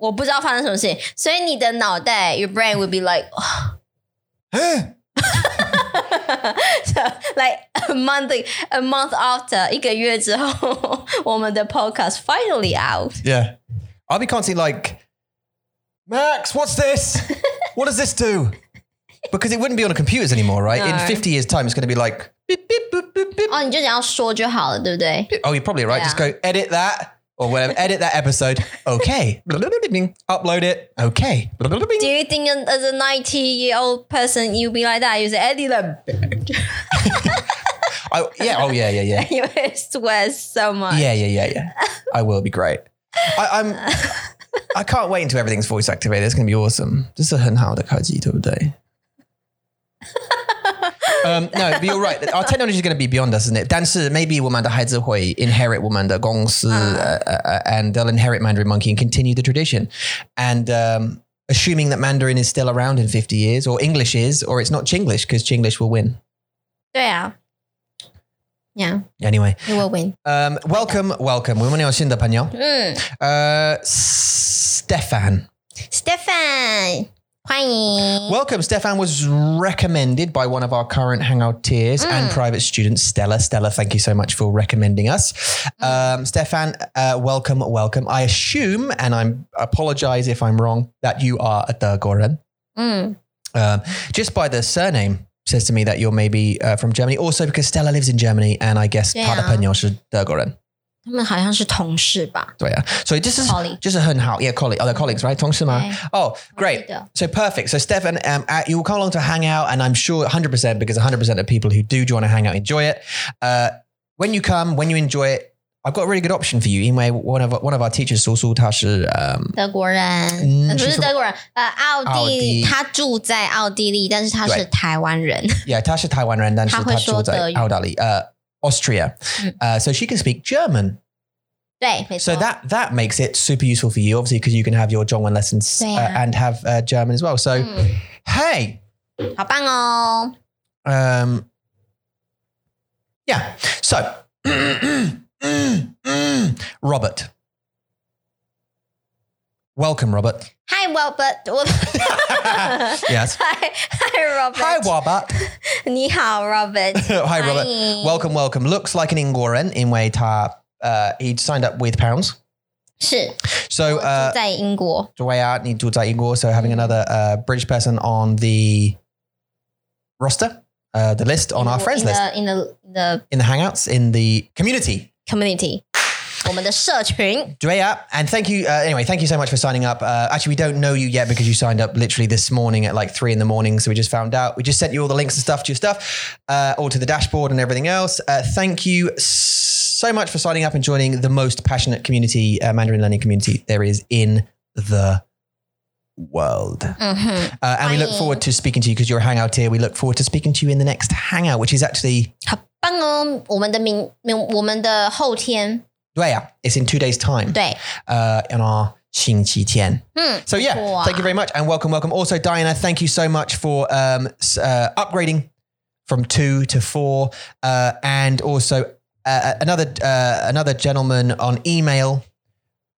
S3: 我不知道发生什么事情，所以你的脑袋，your brain will be like ，so like a month a month after 一个月之后，我们的 podcast finally out。
S1: Yeah. I'll be constantly like, Max, what's this? what does this do? Because it wouldn't be on computers anymore, right? In
S3: No. Oh.
S1: 50 years' time, it's going to be like, beep, beep, boop, boop, boop.
S3: 哦，你就只要说就好了，对不对？
S1: oh, you're probably right. Just go edit that or whatever. edit that episode. Okay. Upload it. Okay.
S3: Do you think as a 90 year old person you'll be like that? You say, Eddie, like,
S1: I, yeah. Oh, yeah, yeah, yeah.
S3: you swear so much.
S1: Yeah, yeah, yeah, yeah. I will be great. I, I'm. I can't wait until everything's voice activated. It's going to be awesome. 这是很好的科技，对不对？um, no, but you're right. Our technology is going to be beyond us, isn't it? 但是 maybe 我们的孩子会 inherit 我们的公司 uh, uh, uh, and they'll inherit Mandarin Monkey and continue the tradition. And um, assuming that Mandarin is still around in 50 years, or English is, or it's not Chinglish because Chinglish will win
S3: 对啊，Yeah,
S1: anyway.
S3: you will win.
S1: Um, welcome, welcome. 我们有新的朋友。
S3: 嗯
S1: Uh, Stefan.
S3: Stefan，欢迎。
S1: Welcome. Stefan was recommended by one of our current Hangout tiers
S3: Mm.
S1: and private students, Stella. Stella, thank you so much for recommending us.
S3: Mm.
S1: Um, Stefan, uh, welcome, welcome. I assume, and I am apologize if I'm wrong, that you are a Dergoren.
S3: 嗯，
S1: Um, just by the surname says to me that you're maybe uh, from Germany. Also because Stella lives in Germany and I guess
S3: Yeah.
S1: Dergoren.
S3: 他们好像是同事吧？
S1: So this is
S3: Colleague.
S1: just a Hanhout. Yeah, colleague. Other colleagues, right? 同事吗?
S3: Okay.
S1: Oh, great.
S3: 对的
S1: So perfect. So Stefan, um, uh, you will come along to hang out, and I'm sure 100% because 100% of people who do join a hangout enjoy it. Uh, when you come, when you enjoy it, I've got a really good option for you. In way, one of one of our teachers, Su Su, 她是, um,
S3: 德国人、
S1: 嗯
S3: 呃不
S1: 是
S3: 是
S1: 说
S3: 德国人，呃，奥地
S1: 奥地利
S3: 他住在奥地利，但是他
S1: 对
S3: 是台湾 人。
S1: yeah, 她是台湾人，但是
S3: 她会说
S1: 她住在
S3: 德语。
S1: 奥地利, uh, Austria.
S3: 嗯。
S1: Uh, so she can speak German.
S3: 对，没
S1: So
S3: 错。
S1: that that makes it super useful for you, obviously, because you can have your Zhongwen lessons uh,
S3: 对啊。
S1: and have uh, German as well. So
S3: 嗯，
S1: hey,
S3: 好棒哦！
S1: Um, yeah. So, Robert. Welcome, Robert.
S3: Hi Robert，我
S1: Yes.
S3: Hi Hi
S1: Hi,
S3: Robert，
S1: Robert.
S3: 你好 Robert，
S1: Hi,
S3: 欢
S1: Robert.
S3: 迎
S1: Welcome, welcome. Looks like an Ingoren in way ta. Uh, he signed up with pounds.
S3: 是
S1: So,
S3: 我住
S1: uh,
S3: 在英国，
S1: way out need to Igor. So having another uh, British person on the roster, uh, the list on our friends
S3: in
S1: list
S3: the, in the in the
S1: in the hangouts in the community.
S3: community，我们的社群。
S1: Drea, and thank you. Uh, anyway, thank you so much for signing up. Uh, actually, we don't know you yet because you signed up literally this morning at like three in the morning. So we just found out. We just sent you all the links and stuff to your stuff, uh, all to the dashboard and everything else. Uh, thank you so much for signing up and joining the most passionate community, uh, Mandarin learning community there is in the world.
S3: 嗯哼，
S1: Uh, and we look
S3: Bye.
S1: forward to speaking to you because you're a hangout here. We look forward to speaking to you in the next hangout, which is actually
S3: 好棒哦！我们的明明，我们的后天，
S1: Drea. It's in two days' time.
S3: 对，
S1: uh, on our 星期天.
S3: Hmm.
S1: So yeah,
S3: Wow.
S1: thank you very much and welcome, welcome. Also, Diana, thank you so much for um, s- uh, upgrading from two to four, uh, and also uh, another uh, another gentleman on email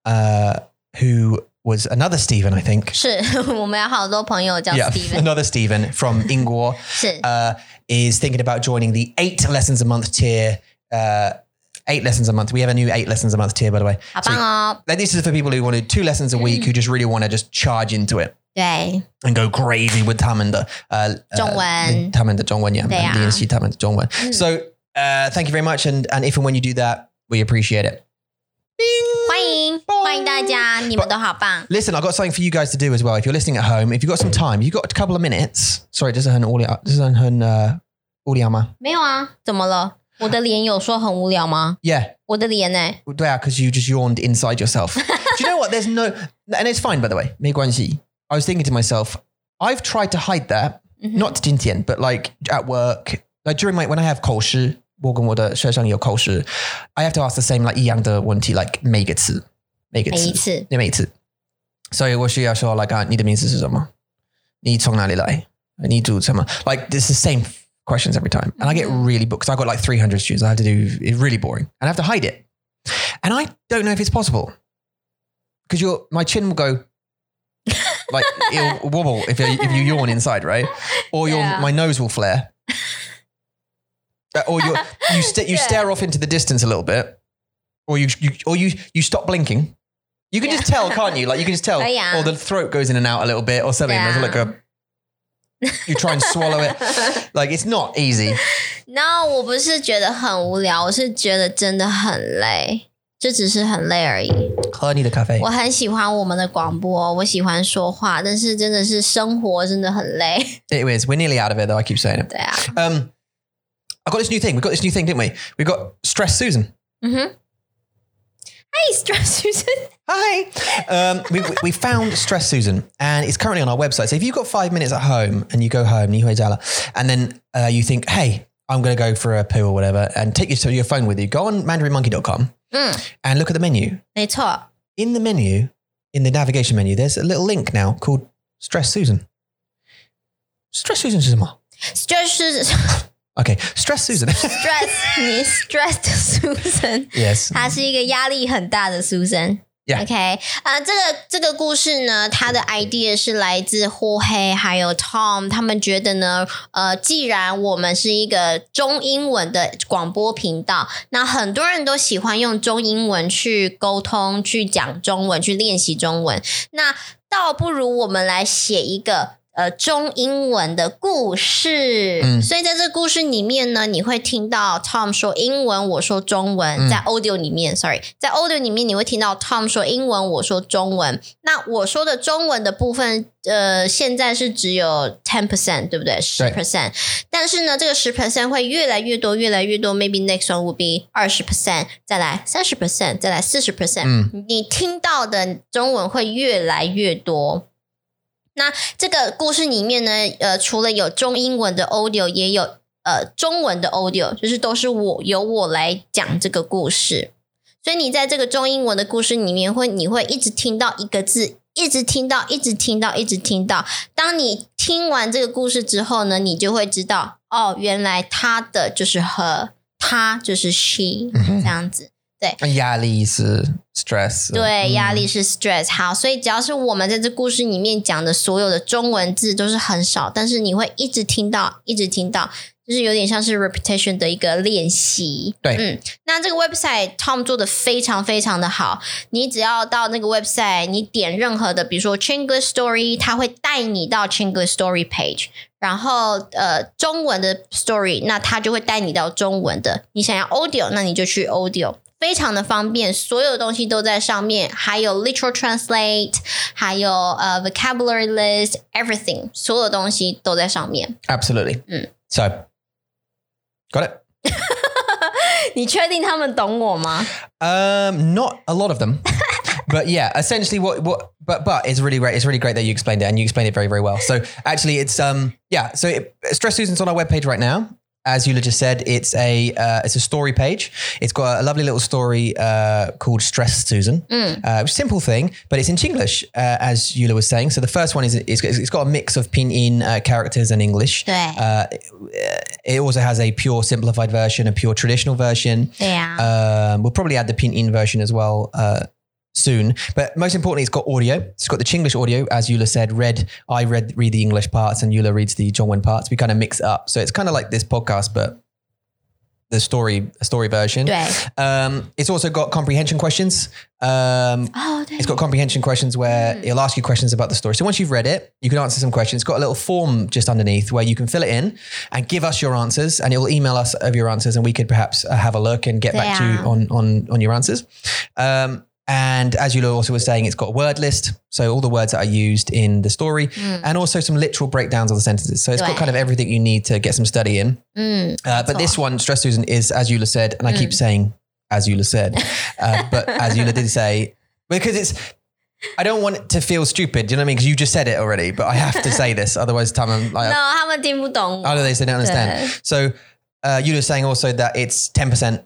S1: uh, who was another Stephen, I think.
S3: 是 我们有好多朋友叫 Steven，
S1: another Stephen from Ingor
S3: 是
S1: uh, is thinking about joining the eight lessons a month tier. Uh, eight lessons a month. We have a new eight lessons a month tier, by the way.
S3: 好
S1: So-
S3: 棒哦！
S1: like this is for people who want to do two lessons a week who just really want to just charge into it
S3: 对，
S1: and go crazy with 他们的, uh,
S3: 中文。对啊。
S1: 他们的中文,他们的练习他们的中文.
S3: 嗯
S1: So uh, thank you very much and, and if and when you do that we appreciate it.
S3: 欢迎欢迎大家，你们都好棒。
S1: Listen, I've got something for you guys to do as well. If you're listening at home, if you've got some time, you've got a couple of minutes. Sorry, doesn't hurt uh, Uliama.
S3: 没有啊，怎么了？我的脸有说很无聊吗？
S1: Yeah,
S3: 我的脸呢、
S1: because you just yawned inside yourself. do you know what? There's no, and it's fine by the way. 没关系. I was thinking to myself, I've tried to hide that
S3: 嗯哼
S1: not 今天 but like at work like during my when I have 口试我跟我的学生有口试 I have to ask the same like 一样的问题 like 每个词每个词
S3: 每一次，
S1: 每一次所以我需要说 like 啊你的名字是什么你从哪里来你读什么 like it's the same questions every time and I get
S3: Mm.
S1: really booked 'cause I've got like 300 students I have to do it's really boring and I have to hide it and I don't know if it's possible because your my chin will go like it'll wobble if you, if you yawn inside, right? Or your
S3: Yeah.
S1: my nose will flare, Uh, or you you sta you
S3: Yeah.
S1: stare off into the distance a little bit, or you, you or you you stop blinking. You can just
S3: Yeah.
S1: tell, can't you? Like you can just tell.
S3: Oh, yeah.
S1: Or the throat goes in and out a little bit, or something. There's like a you try and swallow it. Like it's not easy.
S3: 那我不是觉得很无聊，我是觉得真的很累，这只是很累而已。
S1: 喝你的咖啡。
S3: 我很喜欢我们的广播，我喜欢说话，但是真的是生活真的很累。
S1: Anyways, we're nearly out of it though. I keep saying it.
S3: 对啊，
S1: Um, I got this new thing. We got this new thing, didn't we? We got stress, Susan.
S3: 嗯哼。Hi, stress Susan.
S1: Hi. Um, we, we found Stress Susan, and it's currently on our website. So if you've got five minutes at home and you go home, you Jala, and then uh, you think, hey, I'm going to go for a poo or whatever, and take your, so your phone with you, go on mandarinmonkey.com
S3: 嗯，
S1: and look at the menu.
S3: 没错，
S1: In the menu, in the navigation menu, there's a little link now called Stress Susan. Stress Susan 是什么?
S3: 就是
S1: Okay, Stress Susan.
S3: stress 你 stress 的 Susan，
S1: yes.
S3: 她是一个压力很大的 Susan。
S4: Yeah.
S3: OK，呃，这个这个故事呢，它的 idea 是来自霍黑还有 Tom，他们觉得呢，呃，既然我们是一个中英文的广播频道，那很多人都喜欢用中英文去沟通、去讲中文、去练习中文，那倒不如我们来写一个。呃，中英文的故事，
S4: 嗯
S3: 所以在这故事里面呢，你会听到 Tom 说英文，我说中文。
S4: 嗯
S3: 在 audio 里面，sorry，在 audio 里面你会听到 Tom 说英文，我说中文。那我说的中文的部分，呃，现在是只有 ten percent，对不对？十 percent。但是呢，这个十 percent 会越来越多，越来越多。Maybe next one will be 二十 percent，再来三十 percent，再来四十 percent。
S1: Mm.
S4: 嗯
S3: 你听到的中文会越来越多。那这个故事里面呢，呃，除了有中英文的 audio，也有呃中文的 audio，就是都是我由我来讲这个故事。所以你在这个中英文的故事里面会，你会一直听到一个字，一直听到，一直听到，一直听到。当你听完这个故事之后呢，你就会知道，哦，原来他的就是 her，他就是 she，这样子。
S1: 压力是 uh, stress，
S3: 对，压力是 stress。好，所以只要是我们在这故事里面讲的所有的中文字都是很少，但是你会一直听到，一直听到，就是有点像是 repetition 的一个练习。
S1: 对
S3: 嗯，那这个 website Tom 做的非常非常的好，你只要到那个 website，你点任何的，比如说 Chinglish Story，它会带你到 Chinglish Story page。然后呃，中文的 story，那它就会带你到中文的。你想要 audio，那你就去 audio，非常的方便，所有东西都在上面，还有 literal translate，还有呃 vocabulary list，everything，所有东西都在上面。
S1: ，absolutely，
S3: 嗯
S1: ，so got it。
S3: 你确定他们懂我吗？
S1: Um, not a lot of them, but yeah, essentially what what but but it's really great. It's really great that you explained it and you explained it very very well. So actually, it's um yeah. So it, stress Susan's on our webpage right now. As Eula just said, it's a uh, it's a story page. It's got a lovely little story uh, called Stress Susan.
S3: 嗯
S1: Uh, simple thing, but it's in Chinglish, uh, as Eula was saying. So the first one is it's, it's got a mix of pinyin uh, characters and English.
S3: 对
S1: Uh, it also has a pure simplified version, a pure traditional version.
S3: 对呀、啊，
S1: Um, we'll probably add the Pinyin version as well uh, soon. But most importantly, it's got audio. It's got the Chinglish audio, as Eula said. Read I read read the English parts, and Eula reads the Zhongwen parts. We kind of mix it up, so it's kind of like this podcast, but the story story version.
S3: 对，
S1: Um, it's also got comprehension questions. Um,
S3: 哦对
S1: it's got comprehension questions where
S3: Mm.
S1: it'll ask you questions about the story. So once you've read it, you can answer some questions. It's got a little form just underneath where you can fill it in and give us your answers, and it will email us of your answers, and we could perhaps uh, have a look and get back to you
S3: Yeah.
S1: on on on your answers. Um, and as you also were saying, it's got a word list, so all the words that are used in the story,
S3: 嗯
S1: and also some literal breakdowns of the sentences. So it's got
S3: Mm. Right.
S1: kind of everything you need to get some study in.
S3: 嗯
S1: Uh, but
S3: That's
S1: this one, Stress Susan, is as Eula said, and I keep
S3: Mm.
S1: saying as Eula said, uh, but as Eula did say, because it's, I don't want it to feel stupid. Do you know what I mean? Because you just said it already, but I have to say this, otherwise, time I'm like,
S3: ，no，他们听不懂
S1: oh no, they,
S3: ，no，
S1: they don't understand. So uh, Eula's saying also that it's ten percent.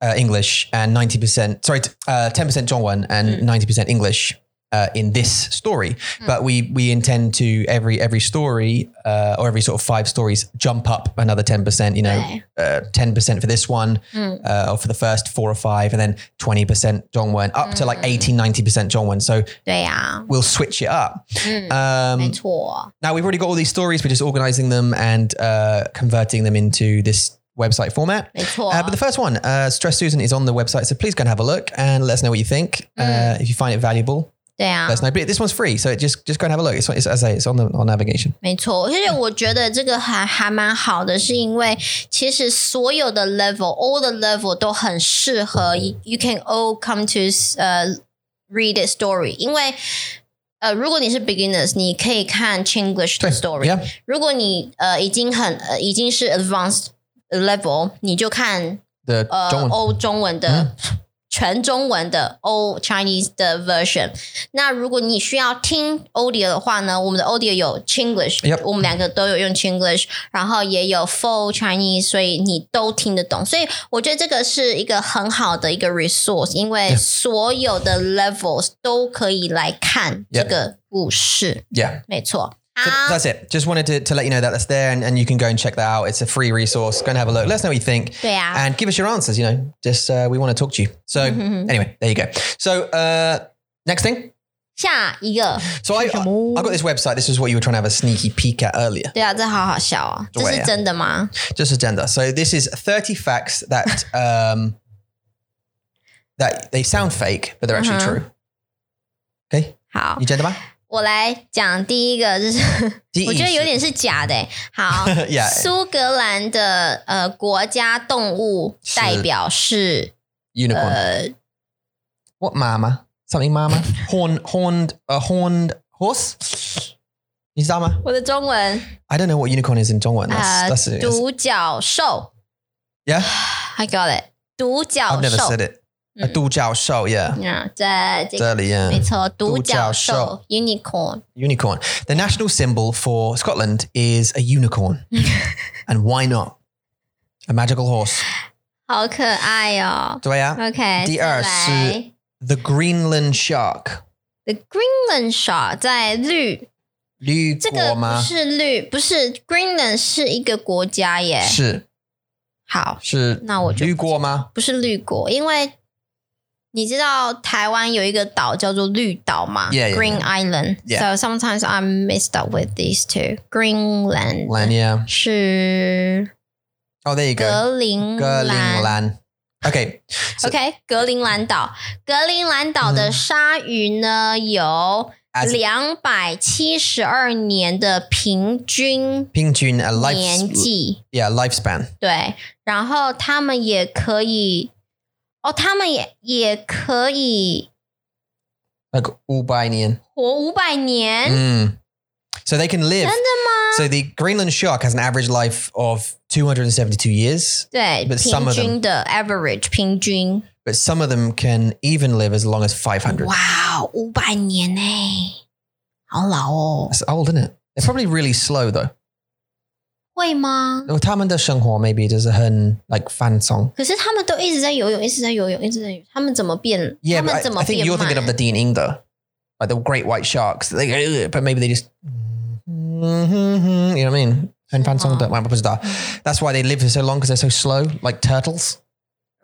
S1: Uh, English and 90%, sorry, t- uh, 10% Zhongwen and 90% English uh, in this story. But we we intend to every every story uh, or every sort of five stories jump up another 10%, you know,
S3: 对，
S1: uh, ten percent for this one,
S3: 嗯
S1: uh, or for the first four or five, and then twenty percent Dongwon, up to like
S3: Mm.
S1: 80 90 percent Dongwon. So
S3: 对呀、
S1: we'll switch it up.
S3: 嗯，没
S1: Um,
S3: 错，
S1: now we've already got all these stories. We're just organizing them and uh, converting them into this website format.
S3: 没错，
S1: Uh, but the first one, uh, Stress Susan, is on the website, so please go and have a look and let us know what you think.
S3: Mm.
S1: Uh, if you find it valuable,
S3: 对啊
S1: let，us know. But this one's free, so just just go and have a look. It's, it's as I say, it's on the on navigation.
S3: 没错，而且我觉得这个还还蛮好的，是因为其实所有的 level，all the level 都很适合，you you can all come to 呃、read the story，因为呃如果你是 beginners，你可以看 Chinglish 的 story，
S1: Yeah.
S3: 如果你呃已经很呃已经是 advanced level，你就看
S1: The
S3: 呃
S1: Dongwon.
S3: 欧中文
S1: 嗯
S3: 的、全中文的欧 Chinese 的 version。那如果你需要听 audio 的话呢，我们的 audio 有 Chinglish，、
S1: Yep
S3: 我们两个都有用 Chinglish，然后也有 full Chinese，所以你都听得懂。所以我觉得这个是一个很好的一个 resource，因为
S1: Yep
S3: 所有的 levels 都可以来看这
S1: Yep
S3: 个故事。
S1: yeah.
S3: 没错，
S1: So
S3: 好。
S1: that's it. Just wanted to, to let you know that that's there and, and you can go and check that out. It's a free resource. Go and have a look. Let us know what you think
S3: 对啊，
S1: and give us your answers. You know, just uh, we want to talk to you. So anyway, there you go. So uh, Next thing.
S3: 下一个，
S1: So I, I got this website. This is what you were trying to have a sneaky peek at earlier.
S3: 对啊，这好好笑哦，这
S1: 对
S3: 是
S1: 啊
S3: 真的吗？
S1: Just agenda. So this is 30 facts that um, that they sound fake, but they're actually
S3: Uh-huh.
S1: true. Okay,
S3: 好
S1: you，gender back?
S3: 我来讲第一个，就是
S1: 第一
S3: 我觉得有
S1: 是
S3: 点是假的欸、好
S1: Yeah
S3: 苏格兰的呃国家动物代表是
S1: Unicorn.
S3: 呃
S1: what mama? Something mama? Horn, horned, a horned horse? Is that ma?
S3: 我的中文
S1: I don't know what unicorn is in Dongwon. That's,
S3: 呃
S1: that's, that's
S3: 独角兽
S1: Yeah?
S3: ，I got it，独角
S1: I've never
S3: 兽
S1: said it. A
S3: Mm.
S1: 独角兽, yeah.
S3: 嗯，在这个
S1: Dirty, yeah.
S3: 没错，独
S1: 独
S3: 角
S1: 角
S3: 兽
S1: 兽
S3: unicorn，
S1: Unicorn. The national symbol for Scotland is a unicorn. and why not? A magical horse.
S3: 好可爱哦。
S1: 对啊。
S3: OK，
S1: 第
S3: 再
S1: 二
S3: 来
S1: 是 The Greenland shark.
S3: The Greenland shark 在绿，这个不是绿，不是 Greenland 是一个国家耶。好，那我就不是绿国，因为你知道台湾有一个岛叫做绿岛嘛
S1: Yeah, yeah,
S3: Green Island.
S1: Yeah.
S3: So sometimes I'm mixed up with these two. Greenland
S1: Lan, yeah.
S3: 是
S1: Oh, there you go.
S3: 格陵兰。
S1: Greenland. Okay. So-
S3: OK，格陵兰岛，格陵兰岛的鲨鱼呢、有
S1: As
S3: 两百七十二年的平均
S1: Pingjun, a life,
S3: 年纪，
S1: yeah, lifespan.
S3: 对，然后他们也可以，哦，他们也也可以
S1: Like, 500年.
S3: 活五百年，
S1: Mm. So they can
S3: 真
S1: live.
S3: 的吗？
S1: So the Greenland shark has an average life of 272 years.
S3: 对，
S1: but some
S3: 平
S1: of them-
S3: 均的 average 平均，
S1: but some of them can even live as long as 500.
S3: 哇，五百年呢、好老哦，
S1: That's old, isn't it? They're probably really slow though.
S3: 会吗？
S1: Well, 他们的生活 maybe does a hen like fan song.
S3: 可是他们都一直在游泳，一直在游泳，一直在游泳，他们怎么变？
S1: Yeah,
S3: 他
S1: but
S3: 们
S1: I,
S3: 怎么
S1: I think
S3: 变
S1: you're
S3: 慢
S1: thinking of the Dean Ing though, like the great white sharks. They- but maybe they just, you know what I mean? Hen fan song, don't- 不知道. That's why they live for so long because they're so slow, like turtles,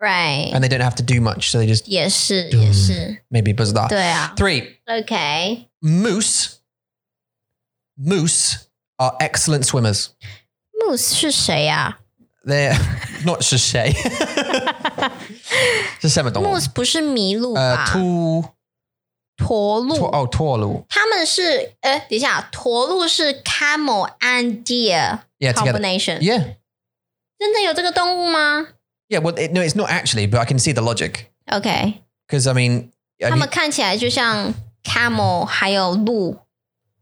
S3: right？
S1: and 嗯 they don't have to do much, so they just
S3: 也是也是，
S1: maybe bizarre.
S3: 对啊
S1: Three
S3: ，OK。
S1: moose. Moose are excellent swimmers.
S3: Moose 是谁啊
S1: They're not Shishay.
S3: ？Moose
S1: 是什么动物？
S3: 不是麋
S1: Uh,
S3: 鹿吧？
S1: 呃，兔-
S3: 驼
S1: 兔-
S3: 鹿，
S1: 哦，驼鹿。
S3: 他们是哎，等一下，驼鹿是 camel and deer
S1: Yeah, together.
S3: combination，
S1: Yeah.
S3: 真的有这个动物吗
S1: Yeah, well, it, no, it's not actually, but I can see the logic.
S3: ？OK，
S1: Because, I mean, have
S3: 他
S1: you-
S3: 们看起来就像 camel 还有鹿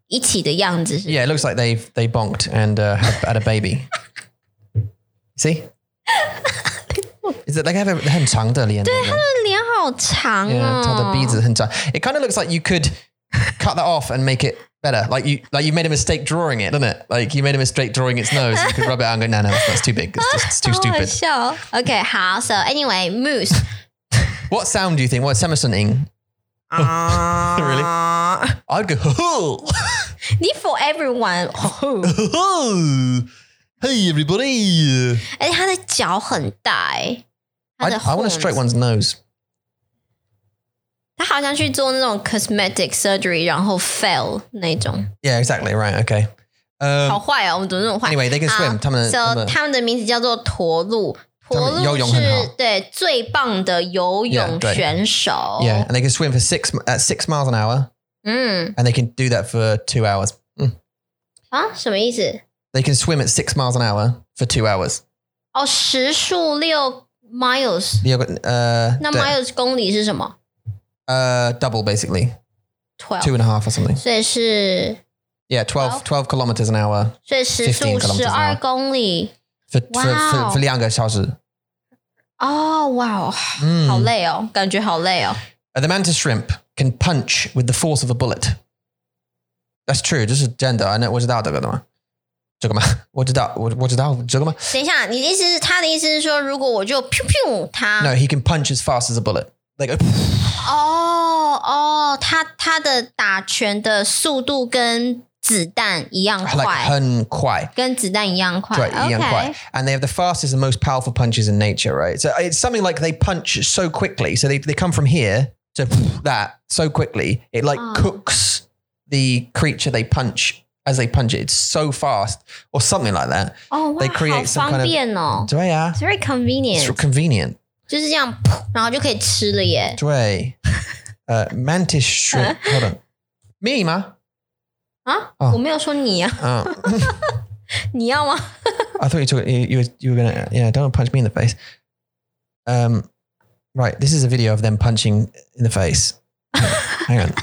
S3: 一起的样子，是不是
S1: yeah, it looks like they've they bonked and uh, had, had a baby. See? Is it like they have a 很长的脸？
S3: 脸好长
S1: Yeah,
S3: 哦，
S1: 它的鼻子很长。It kind of looks like you could cut that off and make it better. Like you, like you made a mistake drawing it, didn't it? Like you made a mistake drawing its nose. You could rub it out and go, no, no, that's too big. It's, just, it's too
S3: 好好
S1: stupid.
S3: 笑哦。OK，好，So anyway，moose
S1: What sound do you think? What Samsung
S3: 啊
S1: Really？I'd go, "Hoo-hoo."
S3: 你 for everyone，哦
S1: Hoo-hoo. hey everybody.
S3: 而且它的脚很大哎，它
S1: I,
S3: 的
S1: I want to stroke
S3: horns
S1: one's nose.
S3: 他好像去做那种 cosmetic surgery，然后 fail 那种，
S1: Yeah, exactly. Right. Okay.
S3: 好
S1: Um,
S3: 坏哦，我们怎么那么坏
S1: anyway, they can
S3: 好
S1: swim. 他们-
S3: Ah, So
S1: 他们-
S3: 他们的名字叫做驼鹿，驼
S1: 他们游
S3: 鹿
S1: 泳很好
S3: 是对最棒的游
S1: Yeah，
S3: 泳
S1: 对
S3: 选手。
S1: yeah, and they can swim for six mi- at six miles an hour,
S3: 嗯
S1: and they can do that for two hours. Mm.
S3: 啊，什么意思？
S1: They can swim at six miles an hour for two hours.
S3: 哦，时速六 miles，
S1: Yeah, but, uh,
S3: 那
S1: d-
S3: miles 公里是什么
S1: uh, double basically, two
S3: ？twelve，
S1: and a half or something.
S3: 所以是
S1: Yeah, 12, 12 kilometers an hour
S3: 所以时速
S1: 15 kilometers
S3: 十
S1: an
S3: 二
S1: hour
S3: 公里。
S1: for
S3: Wow.
S1: for for 两个小时.
S3: 哦，哇哦，
S1: Mm.
S3: 好累哦，感觉好累哦。
S1: Uh, the mantis shrimp can punch with the force of a bullet. That's true. This is gender. I know. 我知道这个的吗？这个吗？我知道，我我知道这个吗？No,
S3: 等一下，你的意思是他的意思是说，如果我就 p i 他
S1: he can punch as fast as a bullet. Like, uh,
S3: 哦哦，他他的打拳的速度跟子弹一样
S1: like
S3: 快，
S1: 很快。
S3: 跟子弹一样快。
S1: Right, Ian
S3: OK，
S1: White. And they have the fastest and most powerful punches in nature, right? So it's something like they punch so quickly. So they, they come from here to that so quickly. It like
S3: Oh.
S1: cooks the creature they punch as they punch it. It's so fast or something like that.
S3: 哦，哇，
S1: They create
S3: 好
S1: some kind
S3: 方
S1: of-
S3: 便哦。
S1: 对啊，
S3: It's very
S1: it's
S3: convenient，
S1: convenient.
S3: 就是这样，噗然后就可以吃了耶。
S1: 对，呃，mantis Uh, shrimp. Hold on. Me Oh. 吗？
S3: 啊，
S1: 哦
S3: 我没有说你啊，
S1: 啊、
S3: 你要吗？
S1: I thought you took you you were, you were gonna yeah don't punch me in the face. Um, right. This is a video of them punching in the face. Hang on.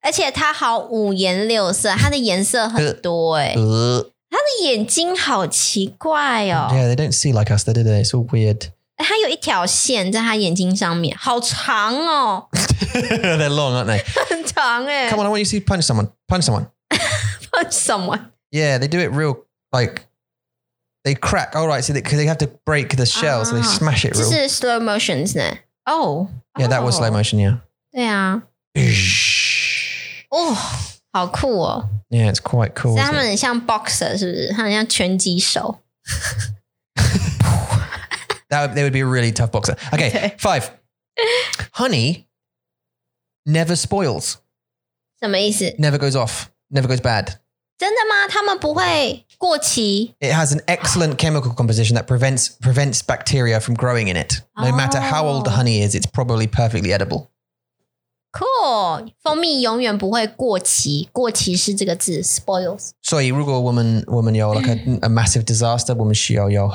S3: 而且它好五颜六色，它的颜色很多哎、
S1: Uh,
S3: 它的眼睛好奇怪哦，
S1: yeah, they don't see like us, though, do they? It's all weird.
S3: 它有一条线在它眼睛上面，好长哦，
S1: They're long, aren't they?
S3: 很长哎、
S1: Come on, I want you to see punch someone. Punch someone.
S3: 碰 什么？
S1: Yeah, they do it real like they crack. All right, so because they, have to break the shell, so they
S3: Ah.
S1: smash it
S3: 这
S1: real.
S3: 是 slow motions 呢？哦
S1: Yeah, that was
S3: Oh.
S1: slow motion. Yeah.
S3: 对啊，哦，好酷哦！
S1: Yeah, it's quite cool.
S3: 所以
S1: isn't
S3: 他
S1: it?
S3: 们很像 boxer 是不是？他们很像拳击手。
S1: That would, they would be a really tough boxer. Okay,
S3: Okay.
S1: five. Honey never spoils,
S3: 什么意思？
S1: never goes off, never goes bad.
S3: 真的吗？他们不会过期
S1: It has an excellent chemical composition that prevents prevents bacteria from growing in it. No matter how old the
S3: Oh.
S1: honey is, it's probably perfectly edible.
S3: ？Cool，蜂蜜永远不会过期。过期是这个字，spoils。
S1: So, you woman woman yo like a, a massive disaster, woman yo yo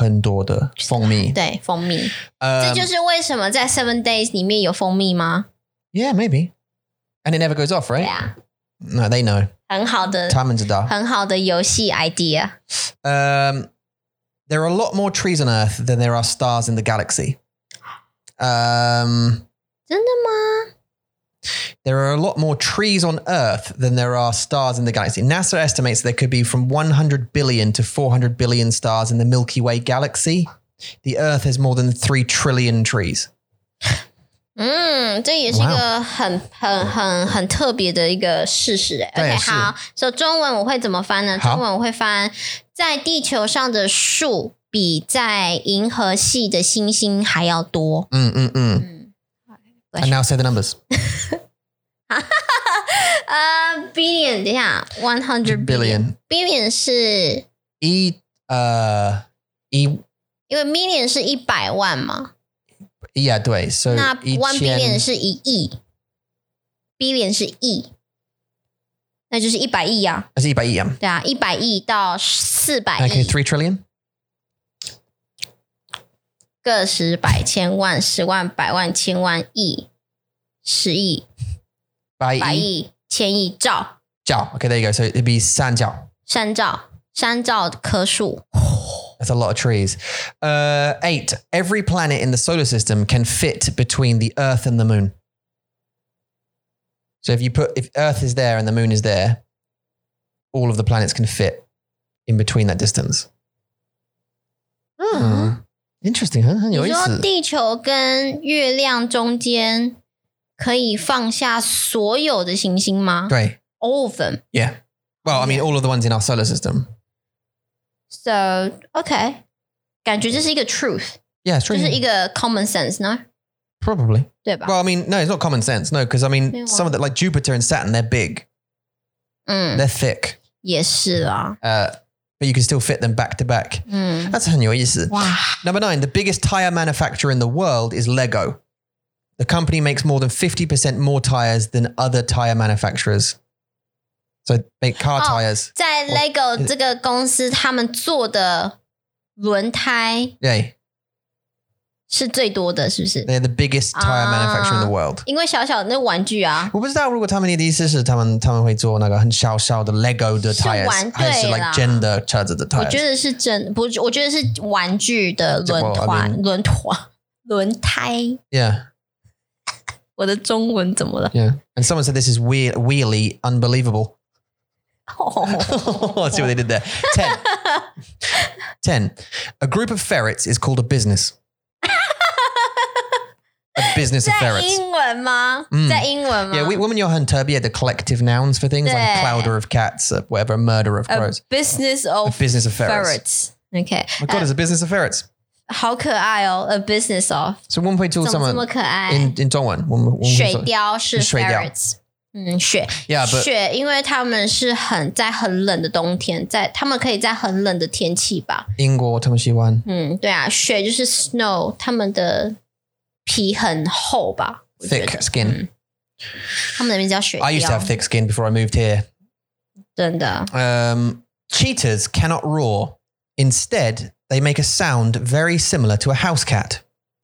S1: me.
S3: 对，蜂蜜，
S1: Um，
S3: 这就是为什么在 Seven Days 里面有蜂蜜吗？
S1: Yeah, maybe. And it never goes off,
S3: 对
S1: right?
S3: 啊，
S1: No, they know.
S3: 很好的，
S1: Time and Zadar.
S3: 很好的游戏 idea。
S1: Um, there are a lot more trees on Earth than there are stars in the galaxy. Um,
S3: 真的吗？
S1: there are a lot more trees on Earth than there are stars in the galaxy. NASA estimates there could be from 100 billion to 400 billion stars in the Milky Way galaxy. The Earth has more than 3 trillion trees.
S3: 嗯，这也是
S1: 哦
S3: 一个很很很很特别的一个事实哎。
S1: 对
S3: OK，
S1: 是
S3: 好，所以中文我会怎么翻呢？
S1: 好
S3: 中文我会翻，在地球上的树比在银河系的星星还要多。
S1: Mm, mm, mm.
S3: 嗯。
S1: And now say the numbers.
S3: 呃、b i l l i o n 等一下，one hundred
S1: Billion.
S3: billion 是
S1: E, uh, E,
S3: 因为 million 是一百万嘛，
S1: E, yeah, 对, so E
S3: 那
S1: 一
S3: one
S1: 千
S3: billion 是一亿，billion 是亿，那就是一百亿呀、
S1: 还是100亿啊？
S3: 对啊，一百亿到四百
S1: E Okay,
S3: 亿，
S1: 3 trillion?
S3: 个十百千万十万百万千万亿，十亿
S1: E?
S3: 百亿千亿兆
S1: Jiao. Okay, there you go. So it'd be San Jiao.
S3: 山兆山兆棵树，
S1: 哦 That's a lot of trees. Uh, eight. Every planet in the solar system can fit between the Earth and the Moon. So if you put if Earth is there and the Moon is there, all of the planets can fit in between that distance. Hmm.
S3: 嗯
S1: Interesting, huh?
S3: 你说
S1: 很有意思。
S3: 地球跟月亮中间可以放下所有的行星吗
S1: 对。
S3: ？All of them.
S1: Yeah. Well, I mean, all of the ones in our solar system.
S3: So OK，感觉这是一个 truth，
S1: Yeah, it's
S3: 就
S1: true.
S3: 是一个 common sense 呢，
S1: Probably.
S3: 对吧？
S1: Well, I mean, no, it's not common sense. No, because I mean,
S3: Yeah.
S1: some of the like Jupiter and Saturn, they're big,
S3: 嗯，Mm.
S1: they're thick,
S3: 也是啦。
S1: uh, but you can still fit them back to back.
S3: 嗯，
S1: That's 很有意思。
S3: 哇，
S1: Number nine, the biggest tire manufacturer in the world is Lego. The company makes more than 50% more tires than other tire manufacturers. So they make car
S3: Oh.
S1: tires.
S3: 在
S1: 嗯
S3: LEGO 这个公司，他们做的轮胎
S1: Yeah.
S3: 是最多的，是不是？
S1: They're the biggest tire
S3: Ah.
S1: manufacturer in the world.
S3: 因为小小的那玩具啊，
S1: 我不知道，如果他们的意思是他们他们会做那个很小小的 Lego 的
S3: 是
S1: tires，
S3: 玩具啦。
S1: 还是 like gender 车子的
S3: 我
S1: tires？
S3: 觉得是真不，我觉得是玩具的轮
S1: 这个我
S3: 团、轮团、轮胎。
S1: Yeah,
S3: 我的中文怎么 了？
S1: yeah. And someone said this is weird, wheelie, unbelievable.
S3: 哦
S1: Let's see what they did there. Ten. Ten. A group of ferrets is called a business. a business of
S3: 在
S1: ferrets.
S3: 英文吗？
S1: 嗯
S3: 在英文吗
S1: Yeah, we, women, Johan Turby are the collective nouns for things like
S3: Yeah.
S1: clouder of cats, uh, whatever, murder of
S3: A
S1: crows.
S3: business
S1: A
S3: of
S1: business of ferrets. Uh,
S3: ferrets. OK，
S1: My God, there's a business of ferrets.
S3: 好可爱哦！A business of，
S1: So 1.2
S3: 怎么这
S1: someone
S3: 么可爱？
S1: in in Dongwon. 1.2
S3: 水貂是
S1: 水貂
S3: ferrets，嗯，雪
S1: Yeah, but-
S3: 雪，因为他们是很在很冷的冬天，在他们可以在很冷的天气吧，
S1: 英国他们喜欢。
S3: 嗯，对啊，雪就是 snow，他们的皮很厚吧，我觉
S1: Thick
S3: 得嗯
S1: skin.
S3: 他们那边叫雪
S1: I used to have
S3: 貂，
S1: thick skin before I moved here.
S3: 真的，
S1: Um, cheetahs cannot roar. Instead, they make a sound very similar to a house cat.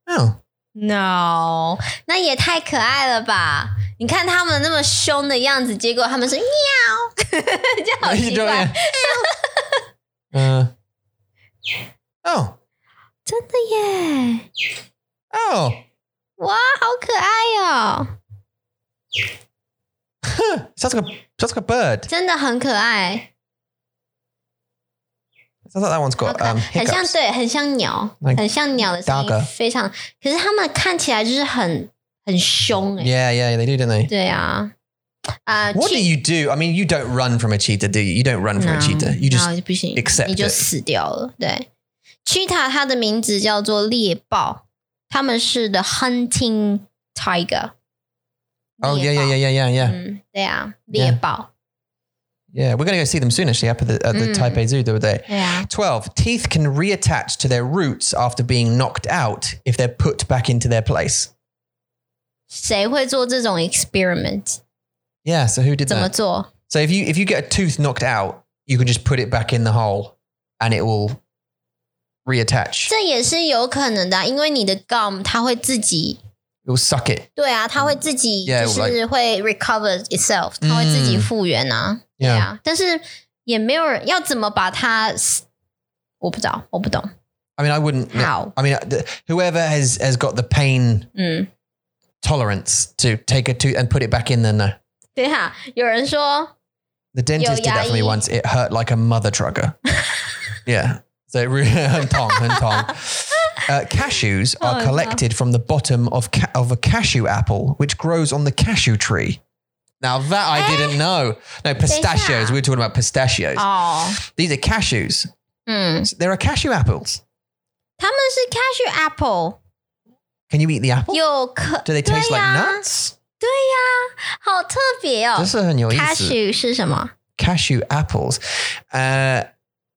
S1: Oh,
S3: No，那也太可爱了吧！你看他们那么凶的样子，结果他们是喵， 这好
S1: You
S3: 奇
S1: don't-
S3: 怪，
S1: yeah. uh, oh,
S3: 真的耶！
S1: oh!
S3: 哇，好可爱哦，
S1: Sounds like a sounds like a bird.
S3: 真的很可爱，
S1: Sounds like that one's
S3: 好
S1: got
S3: 可爱
S1: um
S3: 很像
S1: hiccups.
S3: 对，很像鸟，
S1: Like
S3: 很像鸟的声
S1: dagger
S3: 音，非常。可是他们看起来就是很很凶哎、
S1: Yeah, yeah, they do, don't they?
S3: 对啊，啊、
S1: What do you do? I mean, you don't run from a cheetah, do you? You don't run from a cheetah. You just
S3: 然啊后不行，
S1: accept
S3: 你就
S1: it
S3: 死掉了。对，cheetah 它的名字叫做猎豹，它们是 the hunting tiger。
S1: oh yeah,
S3: 猎
S1: yeah,
S3: 豹
S1: yeah, yeah, yeah, yeah.
S3: 嗯，对啊，猎豹，
S1: Yeah, we're going to go see them soon, actually, up at the, at the
S3: Mm.
S1: Taipei Zoo the other day.
S3: Yeah.
S1: 12. Teeth can reattach to their roots after being knocked out if they're put back into their place.
S3: 谁会做这种 experiment？
S1: Yeah, so who did
S3: 怎么
S1: that?
S3: 做？
S1: So if you if you get a tooth knocked out, you can just put it back in the hole and it will reattach.
S3: 这也是有可能的啊、因为你的 gum 它会自己，
S1: It will suck it.
S3: 对啊，它会自己
S1: 嗯 Yeah,
S3: 就是
S1: like-
S3: 会 recover itself，它会自己
S1: 嗯
S3: 复原啊，对
S1: Yeah.
S3: 啊，但是也没有人要怎么把它死，我不知道，我不懂，
S1: I mean, I wouldn't.
S3: How?
S1: I mean, the- whoever has has got the pain
S3: 嗯。
S1: tolerance to take a tooth and put it back in, then no.
S3: 对啊，有人说
S1: The dentist did that for me
S3: Yo-yai.
S1: once. It hurt like a mother trucker. yeah. So it really and tong and tong. Uh, cashews
S3: Oh,
S1: are
S3: no.
S1: collected from the bottom of ca- of a cashew apple, which grows on the cashew tree. Now that I
S3: Eh? Oh.
S1: didn't know. No pistachios.
S3: Yeah.
S1: We were talking about pistachios.
S3: 哦，
S1: These are cashews.
S3: 嗯，
S1: There are cashew apples.
S3: 他们是 cashew apple，
S1: Can you eat the apple?
S3: 有可
S1: Do they taste
S3: 对
S1: like
S3: 呀
S1: nuts?
S3: 对呀、好特别哦。
S1: This is a new
S3: Oh, cashew 是什么？
S1: cashew apples, uh,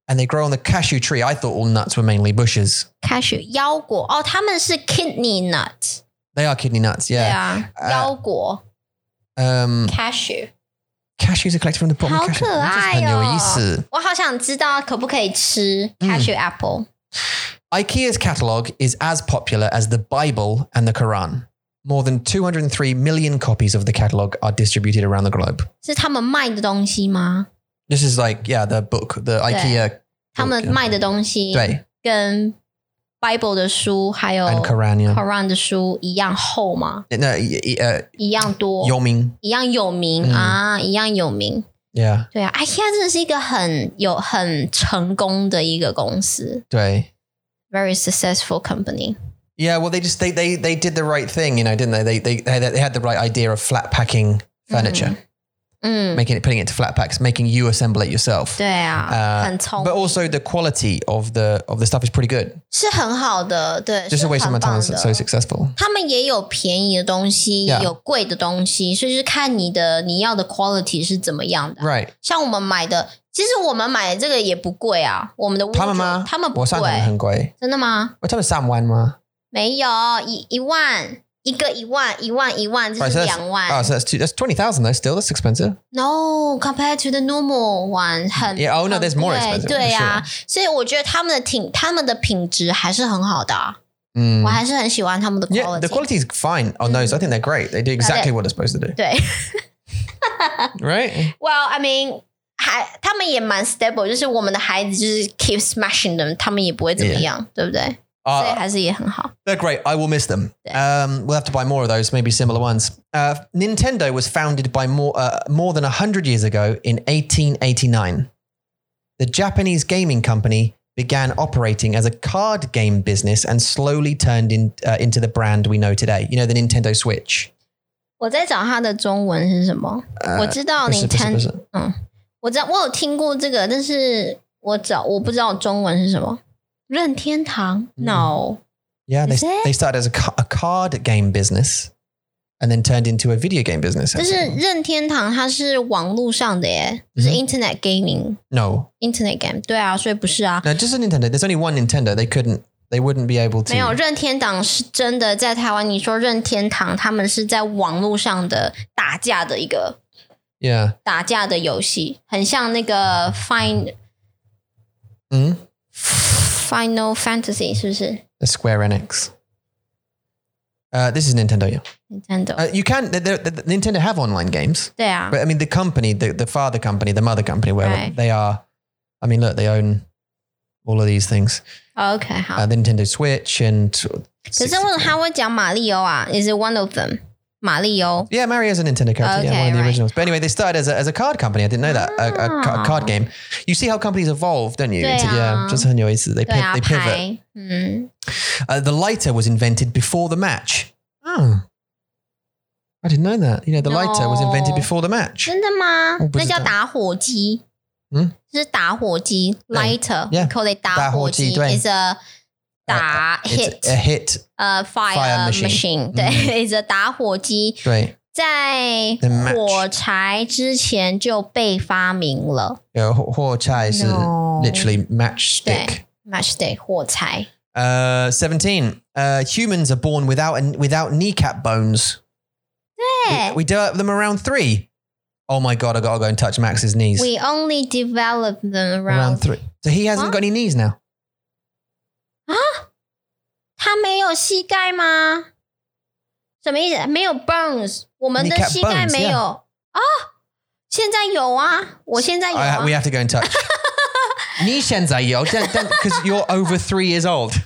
S1: and they grow on the cashew tree. I thought all nuts were mainly bushes.
S3: cashew 腰果哦，他们是 kidney nut，
S1: They are kidney nuts.
S3: 对
S1: Yeah.
S3: 啊，
S1: 呃
S3: 腰果
S1: Um,
S3: cashew，
S1: cashews are collected from the bottom. of
S3: 好
S1: cashew.
S3: 可爱
S1: This
S3: 哦
S1: is！
S3: 我好想知道可不可以吃
S1: 嗯
S3: cashew apple。
S1: IKEA's catalog is as popular as the Bible and the Quran. More than 203 million copies of the catalog are distributed around the globe.
S3: 是他们卖的东西吗？
S1: This is like yeah, the book, the IKEA
S3: 他们卖的东西
S1: 对
S3: 跟 Bible 的书还有
S1: and Quran. Yeah.
S3: Koran 的书一样厚吗？
S1: No, y- y- uh,
S3: 一样多？
S1: Yoming.
S3: 一样有名、
S1: 嗯
S3: 啊，一样有名。
S1: Yeah.
S3: 对啊，IKEA 真的是一个很有很成功的一个公司
S1: 对.
S3: ，very successful company。
S1: Yeah, well, they just they they they did the right thing, you know, didn't they? They they they had, they had the right idea of flat packing furniture,
S3: 嗯，
S1: making it putting it to flat packs, making you assemble it yourself.
S3: 对啊，
S1: Uh,
S3: 很聪
S1: but
S3: 明，
S1: also the quality of the of the stuff is pretty good.
S3: 是很好的，对，
S1: Just
S3: 是
S1: a waste of my
S3: 很
S1: time
S3: 棒
S1: so, so
S3: 的。
S1: successful.
S3: 他们也有便宜的东西
S1: Yeah
S3: 有贵的东西，所以就是看你的你要的 quality 是怎么样的。啊
S1: Right.
S3: 像我们买的，其实我们买的这个也不贵啊，我们的 wardrobe-
S1: 他们吗？
S3: 他们不贵，
S1: 我算很贵。我他们三万吗？
S3: 真的吗？没有，一一万一个一万一万一万，这
S1: Right, so
S3: 是
S1: that's,
S3: 两万。
S1: oh, so that's two, that's twenty thousand though. Still, that's expensive.
S3: No, compared to the normal one，很
S1: Yeah, oh no,
S3: 很
S1: there's more
S3: 贵
S1: expensive.
S3: 对
S1: for
S3: 呀、
S1: sure.
S3: 所以我觉得他们的挺他们的品质还是很好的啊、
S1: Mm.
S3: 我还是很喜欢他们的 quality。
S1: Yeah, the quality is fine on those. I think they're great. They do exactly what they're supposed to do.
S3: 对
S1: Right.
S3: ，Well, I mean，还他们也蛮 stable，就是我们的孩子就是 keep smashing them，他们也不会怎么样对不对？所以
S1: Uh,
S3: 还是也很好。
S1: They're great. I will miss them. Um, we'll have to buy more of those, maybe similar ones. Uh, Nintendo was founded by more uh, more than hundred years ago in 1889. The Japanese gaming company began operating as a card game business and slowly turned in, uh, into the brand we know today. You know, the Nintendo Switch. Uh,
S3: 我在找它的中文是什么？我知道
S1: 呃不是
S3: 你
S1: 不是
S3: 看
S1: 不是，
S3: 嗯，我知道我有听过这个，但是我找我不知道中文是什么。任天堂
S1: 嗯
S3: ？No，
S1: Yeah, they,
S3: Is it?
S1: they started as a, ca- a card game business and then turned into a video game business.
S3: 但是
S1: actually.
S3: 任天堂它是网络上的耶，就是
S1: 嗯
S3: Internet gaming。
S1: No,
S3: Internet game，对啊，所以不是啊，
S1: no, just a Nintendo. There's only one Nintendo. They couldn't, they wouldn't be able to.
S3: 没有任天堂是真的在台湾。你说任天堂，他们是在网络上的打架的一个
S1: Yeah.
S3: 打架的游戏，很像那个 Fin
S1: Mm?
S3: Final Fantasy 是不是
S1: The Square Enix. Uh, this is Nintendo, yeah.
S3: ？Nintendo、
S1: Uh, you can, they're, they're, Nintendo have online games,
S3: 对啊，
S1: but I mean, the company, the, the father company, the mother company, wherever
S3: Right.
S1: they are, I mean, look, they own all of these things.
S3: 哦 OK 好。
S1: Uh, the Nintendo Switch and.
S3: 可是为什么他会讲马里奥啊？Is it one of them？马里奥
S1: Yeah, Mario's a Nintendo character. yeah, one
S3: Okay,
S1: of the
S3: right.
S1: originals. But anyway, they started as a, as a card company. I didn't know that. A, a ca-
S3: Ah.
S1: card game. You see how companies evolve, don't you?
S3: They
S1: Into- yeah,
S3: are.
S1: just on your ways, they,
S3: 对
S1: pi-
S3: 啊，
S1: they pivot.
S3: 牌，嗯，
S1: Uh, the lighter was invented before the match. Oh. I didn't know that. You know, the lighter was invented
S3: No.
S1: before the match.
S3: 真的吗
S1: 我？不
S3: 那
S1: 知道
S3: 叫打火机，
S1: 嗯，
S3: 是打火机
S1: 对
S3: lighter，
S1: Yeah，
S3: call it 打火
S1: 打火机
S3: 机
S1: 对呃
S3: ，is a 打
S1: It's a
S3: hit，
S1: hit.
S3: 呃
S1: fire
S3: fire
S1: machine 嗯
S3: machine，对，is a 打火机，
S1: Right.
S3: 在
S1: The match
S3: 火柴之前就被发明了
S1: You know, Huo- Huo Chai is uh,
S3: No.
S1: literally matchstick.
S3: ，match day 火柴，
S1: Uh, 17. Uh, humans are born without, an- without kneecap bones.
S3: 对
S1: We, we develop them around three. Oh my god, I gotta go and touch Max's knees.
S3: ，we only develop them
S1: around
S3: around
S1: three. So he hasn't
S3: Huh?
S1: got any knees now.
S3: 它没有膝盖吗？什么意思？没有 bones，我们的
S1: Kneecap
S3: 膝盖
S1: bones，
S3: 没有啊、现在有啊，我现在有
S1: I,
S3: 啊
S1: ha- we have to go and touch. Knee shenzai yo, because you're over three years old.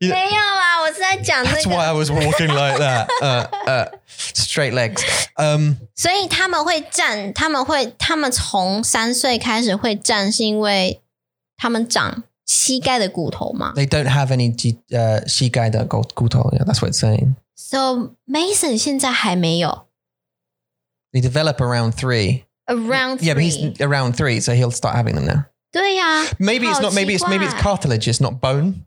S3: 没有啊，我是在讲这
S1: That's why
S3: 个，
S1: I was walking like that. Uh, uh, straight legs. Um,
S3: 所以他们会站，他们会，他们从三岁开始会站，是因为他们长膝盖的骨头嘛
S1: they don't have any G, uh, shikai that go kuto. Yeah, that's what it's saying.
S3: ？So Mason 现在还没有
S1: They develop around three.
S3: around
S1: Yeah, but
S3: three
S1: he's around three, so he'll start having them now.
S3: 对呀、
S1: Maybe it's
S3: Oh,
S1: not. Maybe it's maybe it's
S3: shikai.
S1: cartilage. It's not bone.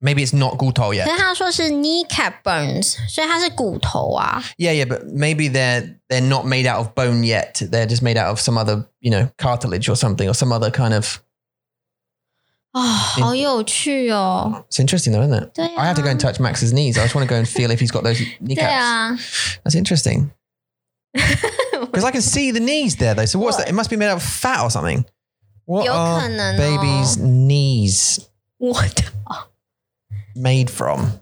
S1: Maybe it's not guto yet.
S3: 可是他说是 kneecap bones，所以它是骨头啊。
S1: Yeah, yeah, but maybe they're they're not made out of bone yet. They're just made out of some other, you know, cartilage or something, or some other kind of.
S3: 啊、好有趣哦！
S1: It's interesting, though, isn't it?
S3: 对
S1: I have to go and touch Max's knees. I just want to go and feel if he's got those
S3: 对
S1: kneecaps.
S3: 啊，
S1: That's interesting. Because I can see the knees there, though. So what's that? It must be made out of fat or something. What
S3: Yo,
S1: are
S3: can I know?
S1: babies' knees
S3: 哦 我的
S1: made from?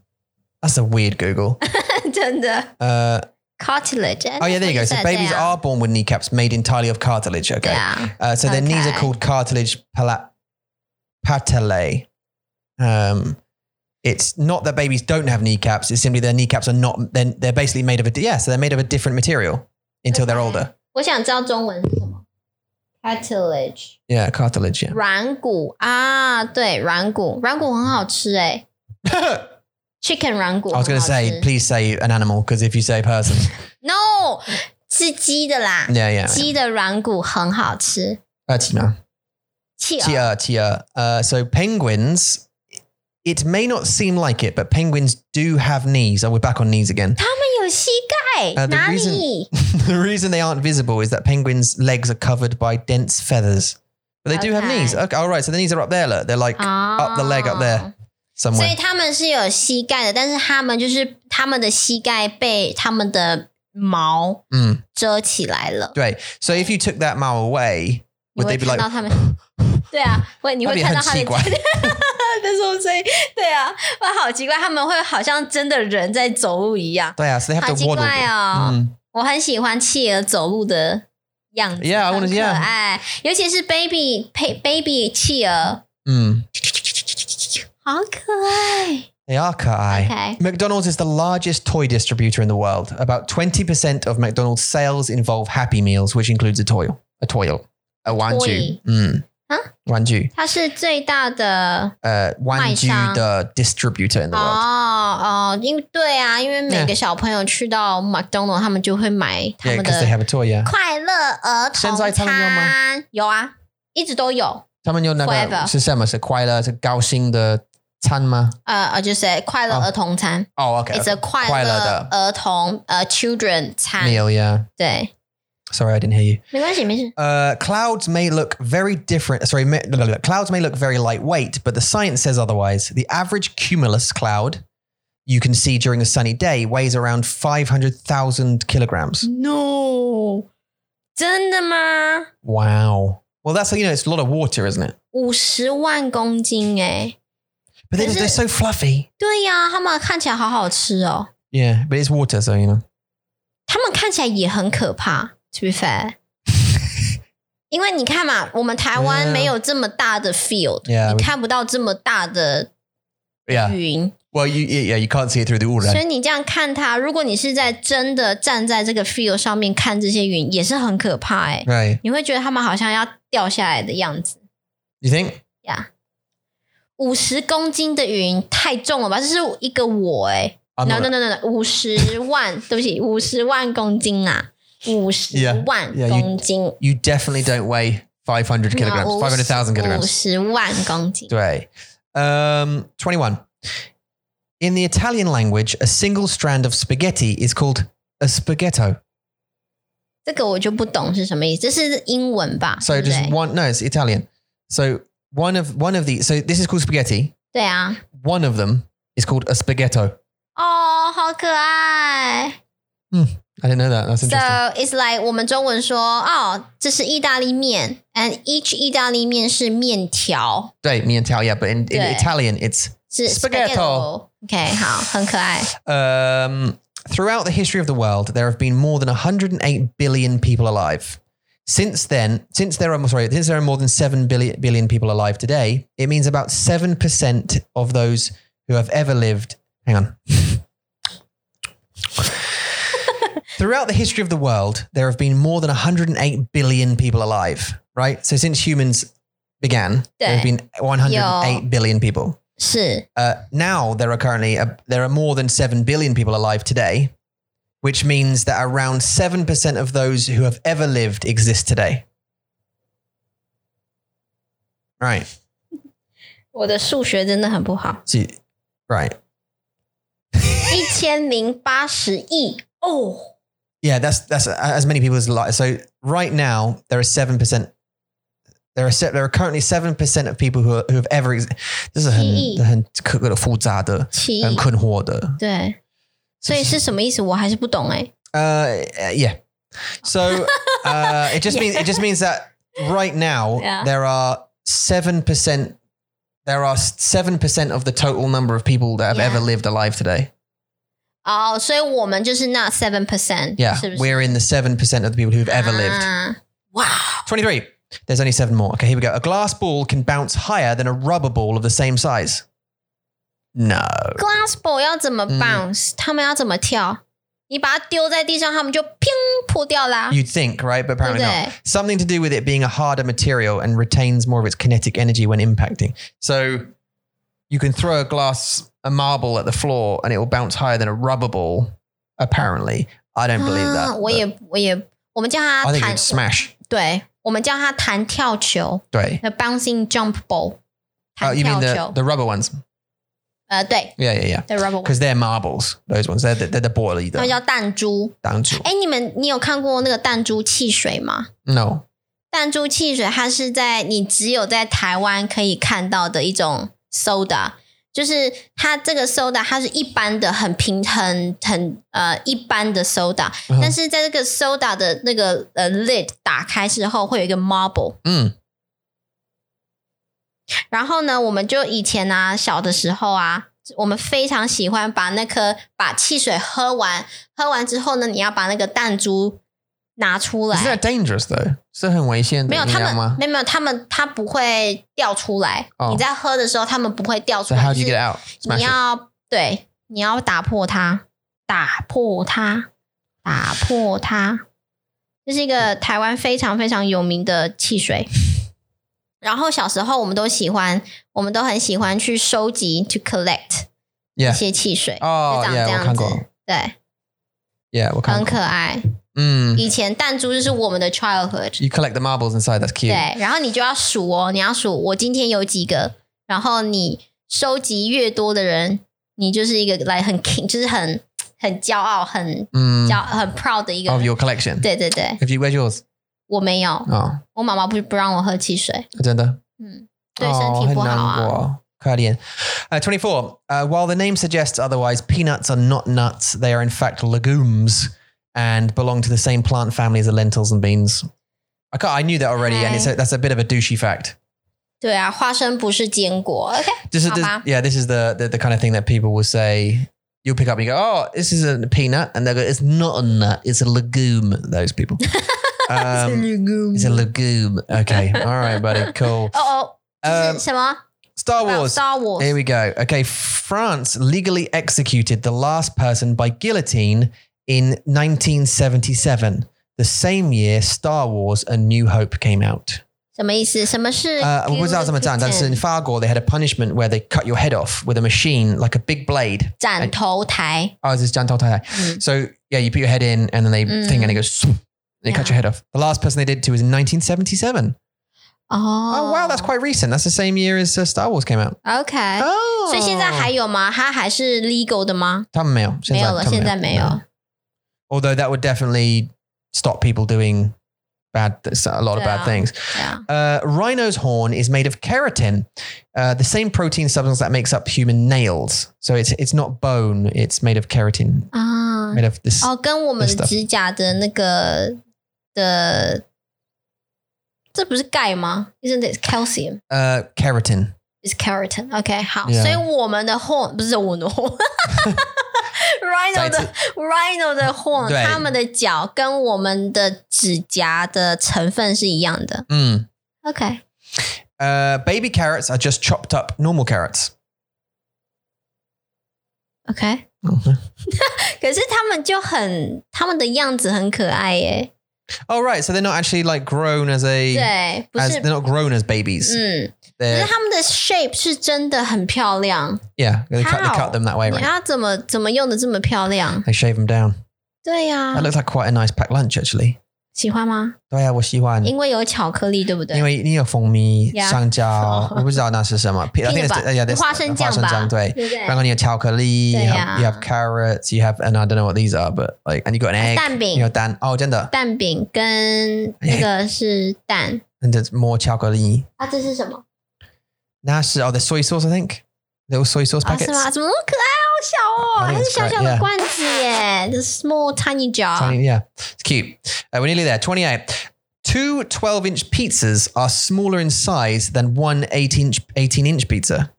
S1: That's a weird Google.
S3: 真的
S1: Uh,
S3: cartilage。
S1: oh yeah, there you go. So babies
S3: 对啊
S1: are born with kneecaps made entirely of cartilage. Okay.
S3: 对啊，
S1: Uh, so their knees are
S3: Okay.
S1: called cartilage pala- patellae. Um, it's not that babies don't have kneecaps. It's simply their kneecaps are not. They're, they're basically made of a yeah. So they're made of a different material until they're
S3: Okay.
S1: older.
S3: 我想知道中文是什么，cartilage，
S1: Yeah, cartilage. Yeah.
S3: 软骨啊，对，软骨，软骨很好吃哎
S1: I
S3: ，chicken 软骨很好
S1: was
S3: 吃。
S1: going to say, please say an animal because if you say person,
S3: no，是鸡的啦，
S1: yeah, yeah.
S3: 鸡的软骨很好吃。
S1: Uh, Tina.
S3: 企
S1: Tia,
S3: 鹅
S1: Tia. Uh, so penguins. It may not seem like it, but penguins do have knees. Oh, we're back on knees again.
S3: 他们有膝盖
S1: Uh, the
S3: 哪
S1: reason-
S3: 里？
S1: the reason they aren't visible is that penguins' legs are covered by dense feathers. But they do have
S3: Okay.
S1: knees. Okay, all right. So the knees are up there. Look, they're like
S3: 啊
S1: up the leg up there
S3: 所
S1: somewhere.
S3: 以他们是有膝盖的，但是他们就是他们的膝盖被他们的毛
S1: Mm,
S3: 遮起来了。
S1: right. So if you took that mile away,
S3: 你
S1: would
S3: 会
S1: they be
S3: 看
S1: like?
S3: 到 他们，对啊，会你会看到他
S1: 那
S3: 的
S1: 里很奇怪
S3: 但是我所以对啊，会好奇怪，他们会好像真的人在走路一样，
S1: Yeah, so they have
S3: 好
S1: to
S3: 奇
S1: waddle.
S3: 怪哦。
S1: Mm.
S3: 我很喜欢企鹅走路的样子
S1: Yeah, I
S3: 很
S1: wanna-
S3: 可
S1: yeah.
S3: 爱尤其是 baby pa- baby 企鹅，
S1: Mm.
S3: 好可爱。
S1: They are kawaii.
S3: OK，
S1: McDonald's is the largest toy distributor in the world. About 20% of McDonald's sales involve Happy Meals, which includes a toy. A toy. A wanju. Mm.
S3: Huh?
S1: Wanju.
S3: 它是最大的
S1: Uh, wanju,
S3: 卖商。
S1: the distributor in the world.
S3: Ah, 哦哦，因为对啊，因为每个小朋友去到 McDonald，他们就会买他
S1: 哎 Yeah,
S3: 们
S1: because they
S3: 的
S1: have a toy, yeah.
S3: 快乐儿童
S1: 现在他们有吗
S3: 餐，有啊，一直都有。
S1: 他们有那个
S3: Forever
S1: 是什么？是快乐是高兴的餐吗？
S3: 呃呃，就是快乐
S1: 哦
S3: 儿童餐、
S1: 哦，OK，
S3: i t s a 快
S1: 快乐
S3: 乐
S1: 的
S3: 儿童呃 children 餐
S1: meal. Yeah.
S3: 对，
S1: Sorry, I didn't hear you.
S3: 没关系，没事。
S1: Uh, clouds may look very different. Sorry, ma- blah, blah, blah. clouds may look very lightweight, but the science says otherwise. The average cumulus cloud you can see during a sunny day weighs around 500,000 kilograms.
S3: No，真的吗？
S1: Wow. Well, that's, you know, it's a lot of water, isn't it?
S3: 五十万公斤哎、
S1: But they're,
S3: Is
S1: just, they're so
S3: it-
S1: fluffy.
S3: 对呀、他们看起来好好吃哦，
S1: Yeah, but it's water, so, you know.
S3: 他们看起来也很可怕。To be fair，因为你看嘛，我们台湾
S1: Yeah.
S3: 没有这么大的 field，、
S1: 嗯 Yeah, we-
S3: 你看不到这么大的
S1: Yeah.
S3: 云。
S1: Well, you, yeah, yeah, you can't see it through the water.
S3: 所以你这样看它，如果你是在真的站在这个 field 上面看这些云，也是很可怕哎、
S1: Right.
S3: 你会觉得它们好像要掉下来的样子。
S1: You think?
S3: 五十公斤的云太重了吧？这是一个我哎、
S1: I'm
S3: no
S1: not-
S3: no no no no，五十万，对不起，五十万公斤啊，五十
S1: Yeah,
S3: 万
S1: yeah, you-
S3: 公斤
S1: You definitely don't weigh 500 kilograms, 500,000
S3: 五
S1: kilograms.
S3: 十万公斤。
S1: Right. Um, 21. In the Italian language, a single strand of spaghetti is called a spaghetto.
S3: 这个我就不懂是什么意思，这是英文吧？
S1: So
S3: 对不
S1: just
S3: 对
S1: one, no, it's Italian. So one of, one of the, so this is called spaghetti.
S3: 对啊，
S1: One of them is called a spaghetto.
S3: 哦，好可爱。
S1: I didn't know that. That's
S3: So
S1: interesting.
S3: it's like 我们中文说，哦，这是意大利面，and each 意大利面是面条，
S1: Right, me and Tal, yeah, but in, in
S3: Yeah.
S1: Italian, it's
S3: 是
S1: Spaghetto
S3: spaghetto。OK，好，很可爱。
S1: Um, throughout the history of the world, there have been more than 108 billion people alive. Since then, since there are sorry, since there are more than seven billion billion people alive today, it means about seven percent of those who have ever lived. Hang on. Throughout the history of the world, there have been more than 108 billion people alive, right? So since humans began, there have been 108 billion people.
S3: 是
S1: Uh, now there are currently a, there are more than seven billion people alive today, which means that around seven percent of those who have ever lived exist today. Right.
S3: 我的数学真的很不好，
S1: So, you- right.
S3: 一千零八十亿哦，
S1: Yeah, that's that's uh, as many people as alive. So right now there are seven percent. There are se- there are currently seven percent of people who are, who have ever. Ex- this is
S3: 奇异。
S1: uh, 很很复杂的，很困惑的。
S3: 奇异对，所以是什么意思？我还是不懂哎、
S1: Uh, uh, yeah. So uh, it just
S3: Yeah.
S1: means it just means that right now
S3: Yeah.
S1: there are seven percent. There are seven percent of the total number of people that have
S3: Yeah.
S1: ever lived alive today.
S3: 哦、所以我们就是那 seven percent，
S1: Yeah,
S3: 是不是
S1: we're in the seven percent of the people who've ever lived.
S3: 啊哇，
S1: Twenty-three. There's only seven more. Okay, here we go. A glass ball can bounce higher than a rubber ball of the same size. No.
S3: glass ball 要怎么
S1: 嗯
S3: bounce？、他们要怎么跳？你把它丢在地上，他们就砰破掉啦。
S1: You'd think, right? But apparently
S3: Okay.
S1: not. Something to do with it being a harder material and retains more of its kinetic energy when impacting. So you can throw a glass, a marble at the floor, and it will bounce higher than a rubber ball. Apparently, I don't believe
S3: 啊
S1: that.
S3: 我
S1: but
S3: 也我也，我们叫
S1: I
S3: 它
S1: think
S3: 弹
S1: it's，smash.
S3: 对，我们叫它弹跳球
S1: Right.
S3: ，the bouncing jump ball，
S1: Oh,
S3: 弹
S1: you mean
S3: 跳
S1: the, the
S3: 球。
S1: rubber ones?
S3: 呃，对
S1: Yeah, yeah, yeah.
S3: ，the rubber，ball，
S1: Because they're marbles. Those ones. They're the, they're the boily.
S3: 他们叫弹珠。哎，你们你有看过那个弹珠汽水吗？
S1: No.
S3: 弹珠汽水它是在你只有在台湾可以看到的一种 soda，就是它这个 soda 它是一般的很平很很呃一般的 soda，、
S1: 嗯
S3: 但是在这个 soda 的那个呃 lid 打开之后会有一个 marble，
S1: Mm.
S3: 然后呢，我们就以前啊小的时候啊。我们非常喜欢把那颗把汽水喝完，喝完之后呢，你要把那个弹珠拿出来。
S1: Isn't that dangerous though? 是很危险的，
S3: 没有，他
S1: 你
S3: 们
S1: 知道吗？
S3: 没有没有，他们他不会掉出来。
S1: 哦
S3: 你在喝的时候，他们不会掉
S1: So
S3: 出来。
S1: how do you
S3: 就是
S1: get it out?
S3: 你
S1: Smash it.
S3: 要对，你要打破它，打破它，打破它。这是一个台湾非常非常有名的汽水。 然后小时候我们都喜欢，我们都很喜欢去收集 to collect 一
S1: Yeah.
S3: 些汽水，
S1: 哦
S3: 就长
S1: Oh, yeah，
S3: 这
S1: 我
S3: 样
S1: 看
S3: 子
S1: 过，
S3: 对，
S1: Yeah, we'll
S3: 很可爱。
S1: Mm,
S3: 以前弹珠就是我们的 childhood，
S1: you collect the marbles inside. That's cute.
S3: 对，然后你就要数哦，你要数我今天有几个，然后你收集越多的人，你就是一个来很 king，就是很很骄傲、很
S1: Mm,
S3: 骄、很 proud 的一个
S1: of
S3: 人。
S1: your collection.
S3: 对对对，
S1: Have you where's yours?
S3: 我没有，
S1: Oh,
S3: 我妈妈不不让我喝汽水，
S1: agenda.
S3: 嗯，对身体不好
S1: 哦，
S3: 啊。
S1: 很难过。Cardian. Uh, 24. Uh, while the name suggests otherwise, peanuts are not nuts. They are, in fact, legumes and belong to the same plant family as the lentils and beans. I, can't, I knew that already, and it's a, that's a bit of a douchey fact.
S3: 对啊，花生不是坚果。OK，
S1: This is, this-
S3: Papa.
S1: yeah, this is the, the, the kind of thing that people will say. You'll pick up and you go, oh, this is a peanut. And they'll go, it's not a nut, it's a legume. Those people. Um, it's a legume. Okay. All right, buddy. Cool.
S3: 哦哦，这
S1: Um,
S3: 是什么？
S1: Star
S3: 哦
S1: Wars.
S3: Star Wars。
S1: Here we go. Okay, France legally executed the last person by guillotine in 1977, the same year Star Wars: A New Hope came out.
S3: 什么意思？什么是
S1: Uh, 我不知道怎么讲，但是 in Fargo they had a punishment where they cut your head off with a machine, like a big blade.
S3: 斩头台？
S1: Oh, this is Jan Tai.
S3: 嗯
S1: So yeah, you put your head in, and then they
S3: Mm.
S1: thing, and it goes. swoop, and They cut
S3: Yeah.
S1: your head off. The last person they did to was in 1977.
S3: 哦
S1: Oh, wow, that's quite recent. That's the same year as uh, Star Wars came out.
S3: OK。
S1: Oh,
S3: 所以现在还有吗？它还是 legal 的吗？
S1: 他们没有，现在
S3: 没有了，
S1: 他们没有，
S3: 现在没有。
S1: Although that would definitely stop people doing bad, a lot of bad
S3: Yeah.
S1: things.
S3: 对啊，
S1: Uh, rhino's horn is made of keratin, uh, the same protein substance that makes up human nails. So it's it's not bone; it's made of keratin,
S3: 啊，
S1: made of this.
S3: 哦，跟我们
S1: This
S3: 的
S1: stuff.
S3: 指甲的那个的，这不是钙吗？Isn't it calcium?
S1: Uh, keratin.
S3: Is keratin? OK，好
S1: Yeah.
S3: 所以我们的 horn 不是我们的 horn。
S1: 再
S3: Rhino
S1: 一次
S3: 的 Rhino 的 horn，
S1: 对
S3: 它们的脚跟我们的指甲的成分是一样的。
S1: Mm.
S3: OK，
S1: Uh, baby carrots are just chopped up normal carrots.
S3: OK，可是他们就很，他们的样子很可爱耶。
S1: Oh right, so they're not actually like grown as a.
S3: 对，不
S1: As,
S3: 是
S1: they're，not grown as babies.
S3: 嗯，可是
S1: They're
S3: 他们的 shape 是真的很漂亮。
S1: yeah. They cut, they
S3: How?
S1: cut them that way,
S3: 你
S1: right?
S3: 要怎么怎么用的这么漂亮？
S1: They shave them down.
S3: 对呀、
S1: That looks like quite a nice packed lunch, actually.
S3: 喜欢吗？
S1: 对啊，我喜欢。因为-
S3: 因为有巧克力，对不对？
S1: 因为有蜂蜜、
S3: Yeah.
S1: 香蕉，我不知道那是什么。I think it's-
S3: Peanut butter.
S1: yeah, that's-
S3: 花生酱吧。
S1: 花生酱，对。
S3: 对不对？
S1: 然后你有巧克力，
S3: 对啊。
S1: you have- you have carrots, you have and I don't know what these are, but like and you got an egg.
S3: 蛋饼。
S1: You have 蛋哦，真的。
S3: 蛋饼跟那个是蛋
S1: And there's more 巧克力。那是-
S3: 啊，这是什么
S1: oh, there's soy sauce, I think. Little soy sauce
S3: 啊？是
S1: packets.
S3: 吗？怎么那么可爱，好小哦，
S1: I think
S3: 还
S1: it's
S3: 是小小
S1: great,
S3: 的
S1: yeah.
S3: 罐子耶，the small tiny jar。
S1: Tiny- yeah, it's cute. Uh, we're nearly there. 28. Two 12 inch pizzas are smaller in size than one 18 inch, 18 inch pizza.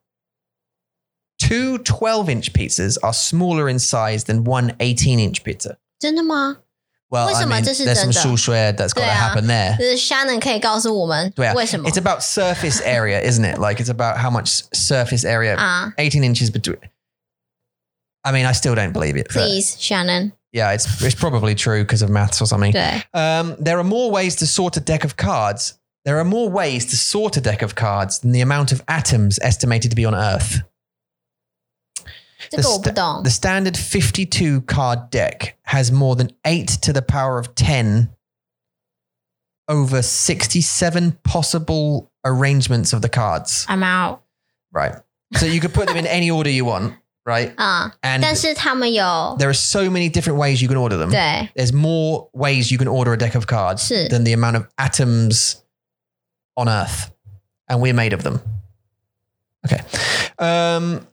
S1: Two 12 inch pizzas are smaller in size than one 18 inch pizza.
S3: 真的吗？
S1: Well, I
S3: 为什么？
S1: mean,
S3: 这是
S1: there's some
S3: 真的。
S1: shortbread that's got to
S3: 对啊。
S1: happen there.
S3: 就是 Shannon 可以告诉我们
S1: 对啊
S3: 为什么
S1: It's about surface area, isn't it? Like, it's about how much surface area,
S3: 啊
S1: 18 inches between. I mean, I still don't believe it. but
S3: ？Please Shannon，
S1: yeah, it's, it's probably true because of maths or something.
S3: 对，
S1: Um, there are more ways to sort a deck of cards. There are more ways to sort a deck of cards than the amount of atoms estimated to be on Earth.
S3: 这个我不懂
S1: The。standard 52 card deck has more than 8 to the power of 10 over 67 possible arrangements of the cards.
S3: I'm out
S1: Right. So you could put them in any order you want, right?
S3: 啊，
S1: And
S3: 但是他们有
S1: there are so many different ways you can order them.
S3: 对
S1: There's more ways you can order a deck of cards
S3: 是
S1: than the amount of atoms on Earth, and we're made of them. Okay, um,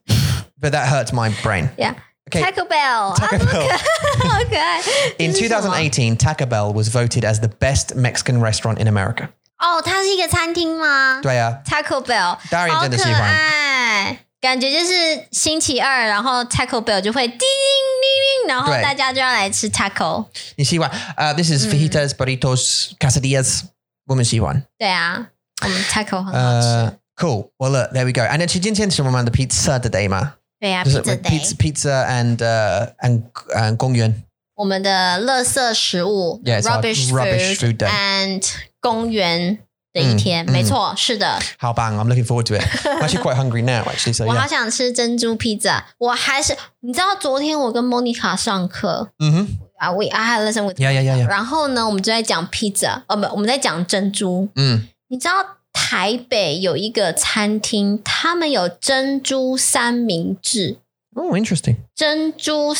S1: but that hurts my brain.
S3: Yeah.
S1: Okay.
S3: Taco Bell，啊
S1: Taco
S3: 这么可
S1: Bell.
S3: 好可爱。
S1: In
S3: 这是什么
S1: 2018, Taco Bell was voted as the best Mexican restaurant in America.
S3: 哦，它是一个餐厅吗
S1: 对啊，
S3: ？Taco Bell，
S1: Darian
S3: 好
S1: 真的
S3: 可
S1: 喜欢。
S3: 爱，感觉就是星期二，然后 Taco Bell 就会叮叮叮叮，然后
S1: 对
S3: 大家就要来吃 taco。
S1: 你喜欢。Uh, this
S3: Hmm.
S1: is fajitas, burritos, quesadillas. 我们喜欢。
S3: 对啊，我们 taco 很好吃。
S1: Uh, cool. Well, look, there we go. And actually, 今天是我们的 pizza 的day嘛？
S3: 对啊
S1: 就是
S3: ，Pizza
S1: uh, pizza
S3: Day，
S1: pizza and uh, and and 公园。
S3: 我们的垃圾食物
S1: Yeah, it's our
S3: rubbish
S1: rubbish food
S3: food
S1: day
S3: and 公园的一天，
S1: 嗯
S3: 没错，是的。
S1: How bang! I'm looking forward to it. I'm actually quite hungry now, actually. So
S3: 我好
S1: yeah.
S3: 想吃珍珠披萨，我还是你知道，昨天我跟 Monica 上课
S1: Mm-hmm.
S3: 啊，we I had a lesson with。
S1: Yeah, yeah, yeah, yeah.
S3: 然后呢，我们就在讲 pizza，哦不，我们在讲珍珠。
S1: 嗯，
S3: 你知道台北有一个餐厅，他们有珍珠三明治、
S1: Oh, interesting.
S3: 珍珠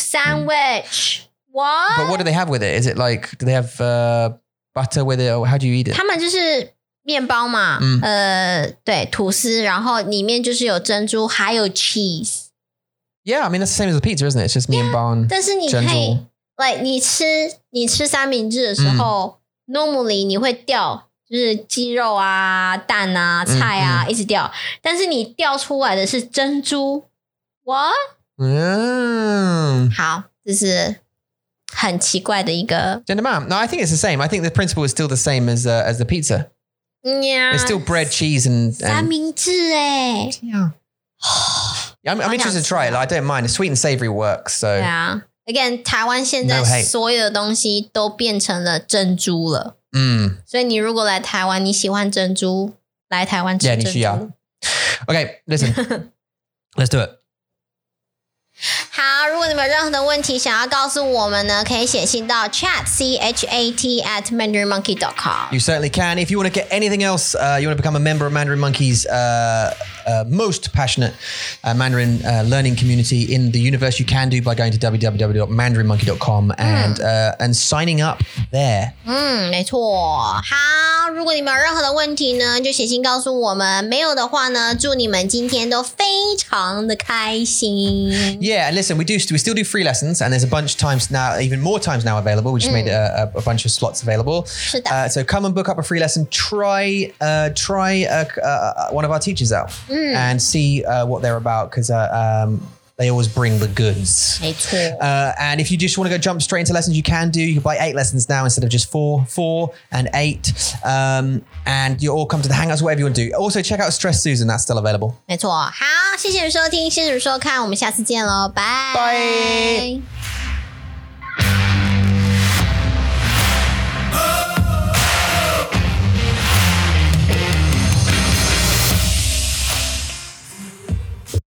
S3: sandwich。
S1: But
S3: What？
S1: what do they have with it? Is it like do they have uh, butter with it? Or how do you eat it?
S3: 他们就是面包嘛，
S1: 嗯
S3: 呃，对，吐司，然后里面就是有珍珠，还有 cheese。
S1: Yeah, I mean that's the same as a pizza, isn't it? It's just me and bone.
S3: 但是你可
S1: 珍
S3: 以
S1: 珠，
S3: like 你吃你吃三明治的时候、
S1: 嗯
S3: n o r m a l l y 你会掉，就是鸡肉啊、蛋啊、菜
S1: 嗯
S3: 啊、一直掉，但是你掉出来的是珍珠。我
S1: Mm.
S3: 好，这是很奇怪的一个，
S1: Gender ma'am. No, I think it's the same. I think the principle is still the same as uh, as the pizza.
S3: 呀
S1: It's still bread, cheese, and,
S3: 三
S1: and
S3: 明治哎、
S1: yeah. I'm, I'm
S3: I
S1: interested to
S3: can't
S1: try it.
S3: smell.
S1: Like, I don't mind. It's sweet and savory works. So
S3: 对啊。Again，台湾现
S1: No
S3: 在
S1: hate
S3: 所有的东西都变成了珍珠了，
S1: Mm.
S3: 所以你如果来台湾，你喜欢珍珠，来台湾吃
S1: Yeah，
S3: 珍
S1: 你
S3: 珠。
S1: 需要 okay, listen. Let's do it.
S3: 好，如果你们有任何的问题想要告诉我们呢，可以写信到 chat c h a t at mandarinmonkey dot com。
S1: You certainly can. If you want to get anything else, uh, you want to become a member of Mandarin Monkey's uh, uh, most passionate uh, Mandarin uh, learning community in the universe, you can do by going to www.mandarinmonkey.com and uh, and signing up there.
S3: 嗯，没错。好，如果你们有任何的问题呢，就写信告诉我们；没有的话呢，祝你们今天都非常的开心。
S1: Yeah, and listen, we do we still do free lessons, and there's a bunch of times now, even more times now available. We just made uh, a, a, a bunch of slots available.
S3: 是的。
S1: Uh, so come and book up a free lesson. Try uh, try uh, uh, one of our teachers out and see uh, what they're about because uh, um, they always bring the goods.
S3: 没错，
S1: Uh, and if you just want to go jump straight into lessons, you can do. You can buy eight lessons now instead of just four, four and eight. Um, and you all come to the Hangouts, whatever you want to do. Also, check out Stress Susan. That's still available.
S3: 没错。好，谢谢你收听，谢谢你收看，我们下次见喽，拜
S1: 拜。